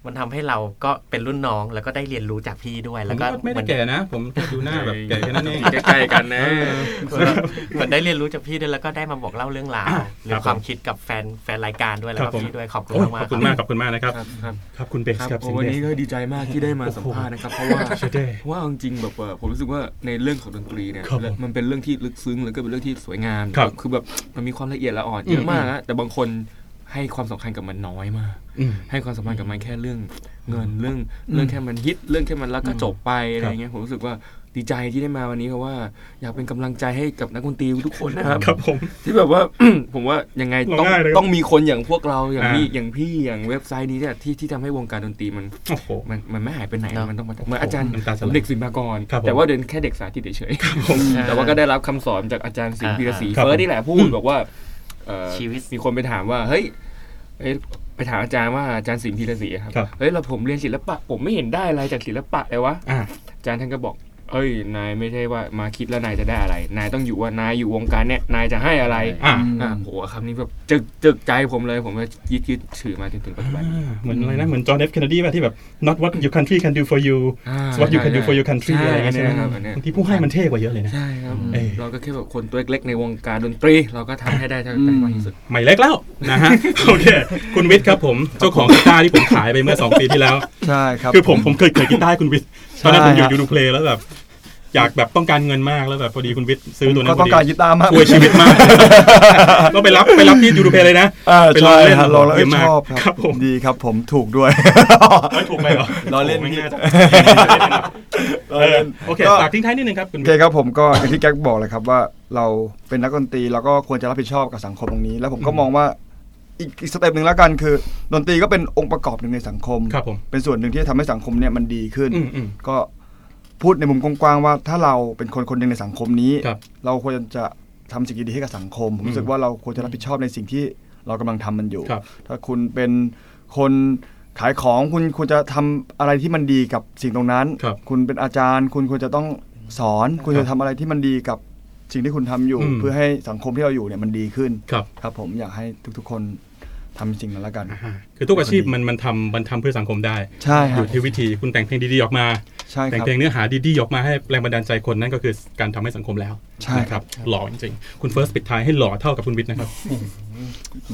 Speaker 6: มันทำให้เราก็เป็นรุ่นน้องแล้วก็ได้เรียนรู้จากพี่ด้วย
Speaker 2: ผ
Speaker 6: แล้
Speaker 2: ม
Speaker 6: วก็
Speaker 2: ก็ไม่ได้แก่นะ ผมดูหน้าแบบแก่แค่นั้นเอง
Speaker 5: ใกล้ๆกันนะ
Speaker 6: เหมือนแบบเหมือนได้เรียนรู้จากพี่ด้วยแล้วก็ได้มาบอกเล่าเรื่องราวหรื
Speaker 2: ครั
Speaker 6: อบ
Speaker 2: ผม
Speaker 6: ความคิดกับแฟนแฟนรายการด้วยแล้ว
Speaker 2: ครั
Speaker 6: ก็
Speaker 2: บผม
Speaker 6: พี่ด้วยขอบคุณ
Speaker 2: โอ้ยข
Speaker 6: มา
Speaker 2: อบ
Speaker 6: กๆ
Speaker 2: คุณ
Speaker 6: ค
Speaker 2: มา
Speaker 6: รั
Speaker 2: กขอ
Speaker 6: บ
Speaker 2: บคุณมากนะครับ
Speaker 5: ครับครับ
Speaker 2: ครับคุณเบส
Speaker 5: ค
Speaker 2: ครับ
Speaker 5: รับ
Speaker 2: เสียง
Speaker 5: วัน
Speaker 2: เบ
Speaker 5: นี้
Speaker 2: ส
Speaker 5: ก็ดีใจมากที่ได้มา
Speaker 2: โอ้โห
Speaker 5: สัมภาษณ์นะครับ เพราะว่า
Speaker 2: เสียดาย
Speaker 5: ว่าเอาจริงๆแบบว่าผมรู้สึกว่าในเรื่องของดนตรีเนี่ย
Speaker 2: ครับผม
Speaker 5: มันเป็นเรื่องที่ลึกซึ้งแล้วก็เป็นเรื่องที่สวยงาม
Speaker 2: ครับ
Speaker 5: คือแบบมันมีความละเอียดละอ่อนเย
Speaker 2: อื
Speaker 5: อะ
Speaker 2: ม
Speaker 5: มากนะแต่บางคนให้ความสำคัญกับมันน้อยมาก
Speaker 2: อืม
Speaker 5: ให้ความสำคัญกับมันแค่เรื่องเงินเรื่องเรื่องแค่มันฮิตเรื่องแค่มันแล้วก็จบไปอะไรอย่างเงี้ยผมรู้สึกว่าดีใจที่ได้มาวันนี้เพราะว่าอยากเป็นกำลังใจให้กับนักดนตรีทุกคนนะครับ
Speaker 2: ครับผม
Speaker 5: ที่แบบว่า ผมว่ายังไง
Speaker 2: เรา
Speaker 5: ต้อง
Speaker 2: ง่ายเลยครับ
Speaker 5: ต้องมีคนอย่างพวกเราอย่าง
Speaker 2: อ่า
Speaker 5: นี้อย่างพี่อย่างเว็บไซต์นี้เนี่ยที่ที่ทำให้วงการดนตรีมัน
Speaker 2: โอ้โห
Speaker 5: มันมันไม่หายไปไหน
Speaker 6: เนอะ
Speaker 5: มันต้องมาเหมือนอาจารย์
Speaker 2: น้ำตาจะไหล
Speaker 5: เด็กศิลปากร
Speaker 2: ครับผม
Speaker 5: แต่ว่าเดินแค่เด็กสาธิตเฉยๆแต่ว่าก็ได้รับคำสอนจากอาจารย์สิงห์พีระศรี
Speaker 2: ครับ
Speaker 5: เฟิร์สนี่แหละพูดบอก ว่าเอ่อ
Speaker 6: ชีวิต
Speaker 5: มีคนไปถามว่า เฮ้ยเอ้ยไปถามอาจารย์ว่าอาจารย์สิงห์พีระศรีอะครับ
Speaker 2: ครับ
Speaker 5: เฮ้ยเราผมเรียนศิลปะ ผมไม่เห็นได้อะไรจากศิลปะเลยวะ
Speaker 2: อ่า
Speaker 5: อาจารย์ท่านก็บอก เอ้ย นายไม่ใช่ว่ามาคิดแล้วนายจะได้อะไร นายต้องอยู่ว่านายอยู่วงการเนี่ย นายจะให้อะไร
Speaker 2: อ่า
Speaker 5: อ่าโหคำนี้แบบจึกจึกใจผมเลย ผมก็ยึดยึดถือมาจนถึงปัจจุบันนี้
Speaker 2: เหมือนอะไรนะ เหมือนจอห์นเอฟเคนเนดีป่ะที่แบบ not what your country can do for you
Speaker 5: อ่า
Speaker 2: what you can do for your country
Speaker 5: ใช่
Speaker 2: อะไรเงี้ย
Speaker 5: ใช่
Speaker 2: ใช่ไหม
Speaker 5: ครับอันเนี้ย
Speaker 2: บางทีผู้ให้มันเท่กว่าเยอะเลยนะ
Speaker 5: ใช่ครับ
Speaker 2: เออ
Speaker 5: เราก็แค่แบบคนตัวเล็กๆในวงการดนตรีเราก็ทำให้ได้เท่าที่มากที่สุด
Speaker 2: ใหม่เล็กแล้วนะฮ ะ โอเค คุณวิทย์ครับผม เจ้าของกีตาร์ที่ผมขายไปเมื่อ 2 ปีที่แล้ว
Speaker 4: ใช่ครับ
Speaker 2: คือผมผมเคยเคยกีตาร์คุณวิทย์ตอนนั้นผมอยู่
Speaker 4: ใช่ฮะ
Speaker 2: ยูดูเพลแล้วแบบ อยากแบบต้องการเงินมากแล้วแบบพอดีคุณวิทย์ซื้อตัวนั้
Speaker 4: ก็
Speaker 2: นพ
Speaker 4: ต้อ
Speaker 2: อง ดี
Speaker 4: การกีตาร์มาก
Speaker 2: ช่วยชีวิต มากต้องไปรับไปรับที่ยูดูเพลเลยนะ
Speaker 4: เออ
Speaker 2: ไปลอ
Speaker 4: ใช่
Speaker 2: งเล่น
Speaker 4: ฮะลองแล้ว
Speaker 2: เยอะมาก
Speaker 4: ชอบ
Speaker 2: ค
Speaker 4: ค
Speaker 2: รั
Speaker 4: รั
Speaker 2: บบ ผม
Speaker 4: ดีครับผมถูกด้วย
Speaker 2: ไม่ถูกไปเหรอ
Speaker 4: ล้อเล่น
Speaker 2: โไม่าจะ
Speaker 4: เอ
Speaker 2: เออ
Speaker 4: อ
Speaker 2: โอเค
Speaker 4: ก็
Speaker 2: ฝากทิ้งท้ายนิดนึงครับคุณ
Speaker 4: โอ
Speaker 2: วิท
Speaker 4: เค
Speaker 2: ย์
Speaker 4: ครับผมก็ อย่างที่แก๊กบอกเลยครับว่าเราเป็นนักดนตรีเราก็ควรจะรับผิดชอบกับสังคมตรงนี้ แล้วผมก็มองว่าอีกอีกสเต็ปหนึ่งแล้วกันคือ ดนตรีก็เป็นองค์ประกอบหนึ่งในสังคม
Speaker 2: ครับผม
Speaker 4: เป็นส่วนหนึ่งที่จะทำให้สังคมเนี่ยมันดีขึ้น
Speaker 2: อืมอืม
Speaker 4: ก็ พูดในมุมกว้างๆว่าถ้าเราเป็นคนคนหนึ่งในสังคมนี้
Speaker 2: ครับ
Speaker 4: เราควรจะทำสิ่งดีๆให้กับสังคม ผมรู้สึกว่าเราควรจะรับผิดชอบในสิ่งที่เรากำลังทำมันอยู่
Speaker 2: ครับ
Speaker 4: ถ้าคุณเป็นคนขายของคุณควรจะทำอะไรที่มันดีกับสิ่งตรงนั้น
Speaker 2: ครับ
Speaker 4: ณเป็นอาจารย์ คุณควรจะต้องสอน คุณ
Speaker 2: ครั
Speaker 4: จะ
Speaker 2: บ
Speaker 4: ทำอะไรที่มันดีกับสิ่งที่คุณทำอยู่
Speaker 2: อืม
Speaker 4: เพื่อให้สังคมที่เราอยู่เนี่ยมันดีขึ้น
Speaker 2: ครับ
Speaker 4: ครับผมอยากให้ทุกๆคนทำสิ่งนั้นละกัน
Speaker 2: อ่าคือทุกอาชีพมันมันทำมันทำเพื่อสังคมได้
Speaker 4: ใช่ค
Speaker 2: อ
Speaker 4: รับ
Speaker 2: ยู่ที่วิธีคุณแต่งเพลงดีๆออกมา
Speaker 4: ใช่
Speaker 2: แต่ง
Speaker 4: ครับ
Speaker 2: เพลงเนื้อหาดีๆออกมาให้แรงบันดาลใจคนนั่นก็คือการทำให้สังคมแล้ว
Speaker 4: ใช่
Speaker 2: นะครับหล่อจริงๆ คุณเฟิร์สปิดท้ายให้หล่อเท่ากับคุณวิทย์นะครับ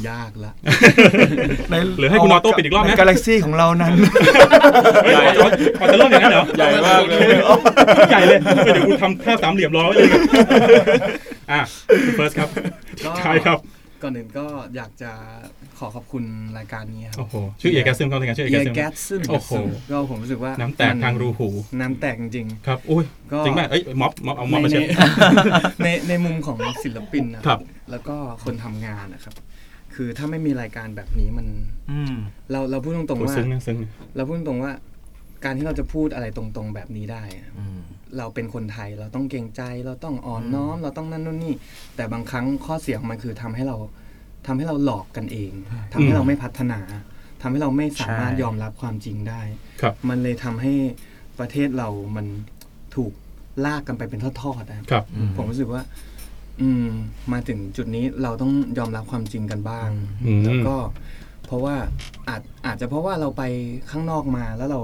Speaker 3: ยากละ
Speaker 4: ใน
Speaker 2: หรือให้คุณออโต้ปิดอีกรอบไหม
Speaker 4: ในกาแล็กซี่ของเรานั้น
Speaker 2: เฮ้ยขอขอจะเริ่มอย่างนั้นเหรอ
Speaker 5: ใหญ่มากเลย
Speaker 2: ใหญ่เลยเฮ้ยเดี๋ยวคุณทำท่าสามเหลี่ยมล้อไว้เลยอ่ะคุณเฟิร์สครับ
Speaker 3: ก็
Speaker 2: ใช่ครับ
Speaker 3: ก่อนอื่นก็อยากจะขอขอบคุณรายการนี้ครั
Speaker 2: โอ้โหชื่อเอกาซึมเขาในการชื่อเอ
Speaker 3: เอี
Speaker 2: กาย ซึม
Speaker 3: แก๊สซึ่ง
Speaker 2: โอ้โห
Speaker 3: ก็ผมรู้สึกว่า
Speaker 2: น้ำแตก
Speaker 3: มัน
Speaker 2: ทางรูหู
Speaker 3: น้ำแตกจริง
Speaker 2: ครับอุ้ย
Speaker 3: ก็
Speaker 2: จริงป่ะเอ้ยม็อบม็อบเอา
Speaker 3: ๆ
Speaker 2: ม็อบมา
Speaker 3: ใน
Speaker 2: เช็ด
Speaker 3: ในในมุมของศิลปินนะครับ แล้วก็คนทำงานนะครับ คือถ้าไม่มีรายการแบบนี้มัน
Speaker 6: อืม
Speaker 3: เราเราพูดตรง
Speaker 2: โอ้
Speaker 3: ๆว่า
Speaker 2: ซึ้งนะซึ้งนะ
Speaker 3: เราพูดตรงๆว่า การที่เราจะพูดอะไรตรงๆแบบนี้ได้อะ
Speaker 6: อืม
Speaker 3: เราเป็นคนไทยเราต้องเกรงใจ เราต้องอ่อนน้อม เราต้องนั่นนู่นนี่ แต่บางครั้งข้อเสียของมันคือทำให้เราทำให้เราหลอกกันเองทำให้เราไม่พัฒนาทำให้เราไม่สามารถ
Speaker 6: ใช่
Speaker 3: ยอมรับความจริงได้
Speaker 2: ครับ
Speaker 3: มันเลยทำให้ประเทศเรามันถูกลากกันไปเป็นทอดๆนะครับ ผมรู้สึกว่า อืมมาถึงจุดนี้เราต้องยอมรับความจริงกันบ้าง
Speaker 2: อืม
Speaker 3: แล้วก็เพราะว่าอาจอาจจะเพราะว่าเราไปข้างนอกมาแล้วเรา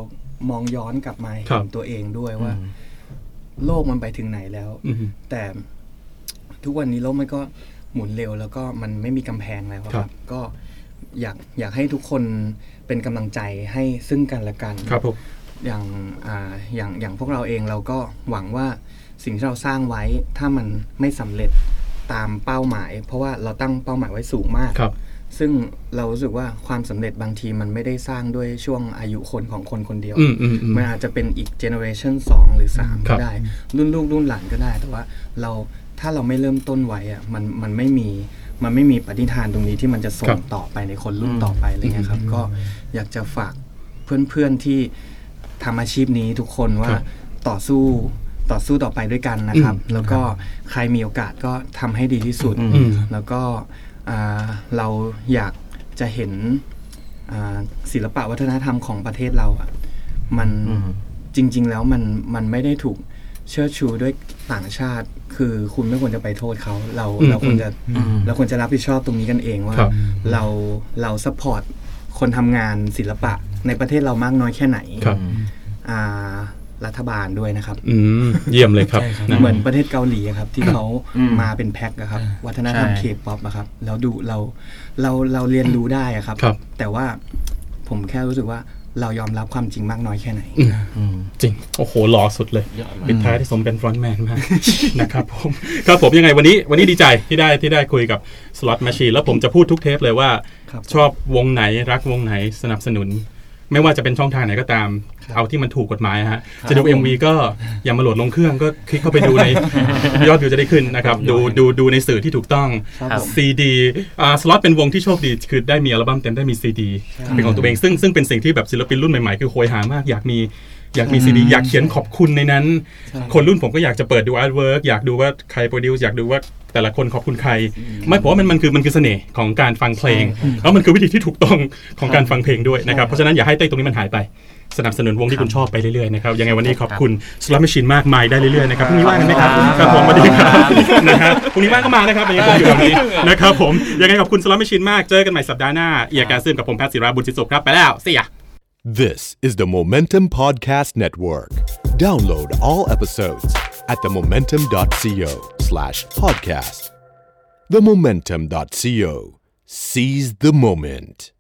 Speaker 3: มองย้อนกลับมา
Speaker 2: ครั
Speaker 3: เห็
Speaker 2: บ
Speaker 3: นตัวเองด้วยว่า โลกมันไปถึงไหนแล้ว
Speaker 2: อืม
Speaker 3: แต่ทุกวันนี้โลกมันก็หมุนเร็วแล้วก็มันไม่มีกำแพงแล้วอะค
Speaker 2: ครั
Speaker 3: รับ บ ก็อยากอยากให้ทุกคนเป็นกำลังใจให้ซึ่งกันและกัน
Speaker 2: ครับผม
Speaker 3: อย่างอ่าอย่างอย่างพวกเราเองเราก็หวังว่าสิ่งที่เราสร้างไว้ถ้ามันไม่สำเร็จตามเป้าหมาย เพราะว่าเราตั้งเป้าหมายไว้สูงมาก
Speaker 2: ครับ
Speaker 3: ซึ่งเรารู้สึกว่าความสำเร็จบางทีมันไม่ได้สร้างด้วยช่วงอายุคนของคนคนเดียว
Speaker 2: อืมอืมอืม
Speaker 3: มันอาจจะเป็นอีกเจเนอเรชันสองหรือสาม
Speaker 2: ครับ
Speaker 3: ก็ได้ รุ่นลูกรุ่นหลานก็ได้ แต่ว่าเราถ้าเราไม่เริ่มต้นไว้อะมันมันไม่มีมันไม่มีปฏิฐานตรงนี้ที่มันจะส่
Speaker 2: ครั
Speaker 3: ง
Speaker 2: บ
Speaker 3: ต่อไปในคนรุ่นต่อไปอะไรเงี้ยครับ ก็อยากจะฝากเพื่อนๆที่ทำอาชีพนี้ทุกคนว่า
Speaker 2: ครับ
Speaker 3: ต่อสู้ต่อสู้ต่อไปด้วยกันนะครับ แล้วก็ใครมีโอกาสก็ทำให้ดีที่สุด
Speaker 2: อืม
Speaker 3: แล้วก็อ่าเราอยากจะเห็นอ่าศิลปะวัฒนธรรมของประเทศเราอะมันจริง ๆ แล้วมันมันไม่ได้ถูกเชิดชูด้วยต่างชาติ คือคุณไม่ควรจะไปโทษเขาเรา
Speaker 2: อืม
Speaker 3: เราควรจะเราควรจะรับผิดชอบตรงนี้กันเองว่า
Speaker 2: ครับ
Speaker 3: เราเราสปอร์ตคนทำงานศิลปะในประเทศเรามากน้อยแค่ไหน
Speaker 2: ครับ
Speaker 3: อ่ารัฐบาลด้วยนะครับ
Speaker 2: อืม เยี่ยมเลยครับนะ
Speaker 3: เหมือนประเทศเกาหลีอะครับ ที่เขามาเป็นแพ็คอะครับ วัฒนธรรมเคป๊อปอะครับ แล้วดูเราเราเราเรียนรู้ได้อะครับ
Speaker 2: ครับ
Speaker 3: แต่ว่าผมแค่รู้สึกว่าเรายอมรับความจริงมากน้อยแค่ไหน
Speaker 2: จริง โอ้โห หล่อสุดเลย ปิดท้ายที่สมเป็นฟรอนต์แมนมาก นะครับผม ครับผมยังไงวันนี้วันนี้ดีใจที่ได้ที่ได้คุยกับสล็อตแมชชีนแล้วผมจะพูดทุกเทปเลยว่า
Speaker 3: ครับ
Speaker 2: ชอบวงไหนรักวงไหนสนับสนุน ไม่ว่าจะเป็นช่องทางไหนก็ตาม เอาที่มันถูกกฎหมายฮะ จะดู MV ก็อย่ามาโหลดลงเครื่องก็คลิกเข้าไปดูใน ยอดวิวจะได้ขึ้นนะครับ ดูดูดูในสื่อที่ถูกต้อง
Speaker 3: ครับผม
Speaker 2: ซีดีอ่าสล็อตเป็นวงที่โชคดีคือได้มีอัลบั้มเต็มได้มีซีดีเป็นของตัวเองซึ่งซึ่งเป็นสิ่งที่แบบศิลปินรุ่นใหม่ๆ คือโหยหามาก อยากมีอยากมีซีดี อยากเขียนขอบคุณในนั้น คนรุ่นผมก็อยากจะเปิดดูอาร์ตเวิร์กอยากดูว่าใครโปรดิวซ์อยากดูว่าแต่ละคนขอบคุณใคร ไม่ผมว่ามันมันคือมันคือเสน่ห์ของการฟังเพลง แล้วมันคือวิธีที่ถูกต้องของการฟังเพลงด้วยนะครับเพราะฉะนั้นอย่าให้เต้ยตรงนี้มันหายไป สนับสนุนวงที่คุณชอบไปเรื่อยๆนะครับยังไงวันนี้ขอบคุณสล็อตแมชชีนมากมายได้เรื่อยๆนะครับพรุ่งนี้ว่างกันไหมครับครับผมสวัสดีครับ นะฮะพรุ่งนี้ว่างก็มานะครับยังไงผมอยู่แบบนี้ นะครับผม ยังไงขอบคุณสล็อตแมชชีนมากเจอกันใหม่สัปดาห์หน้า เอียการซึมกับผมแพทย์ศิราบุญจิตสุขครับ ไปแล้วเสีย
Speaker 1: This is the Momentum Podcast Network. Download all episodes at themomentum.co slash podcast. Themomentum.co. Seize the moment.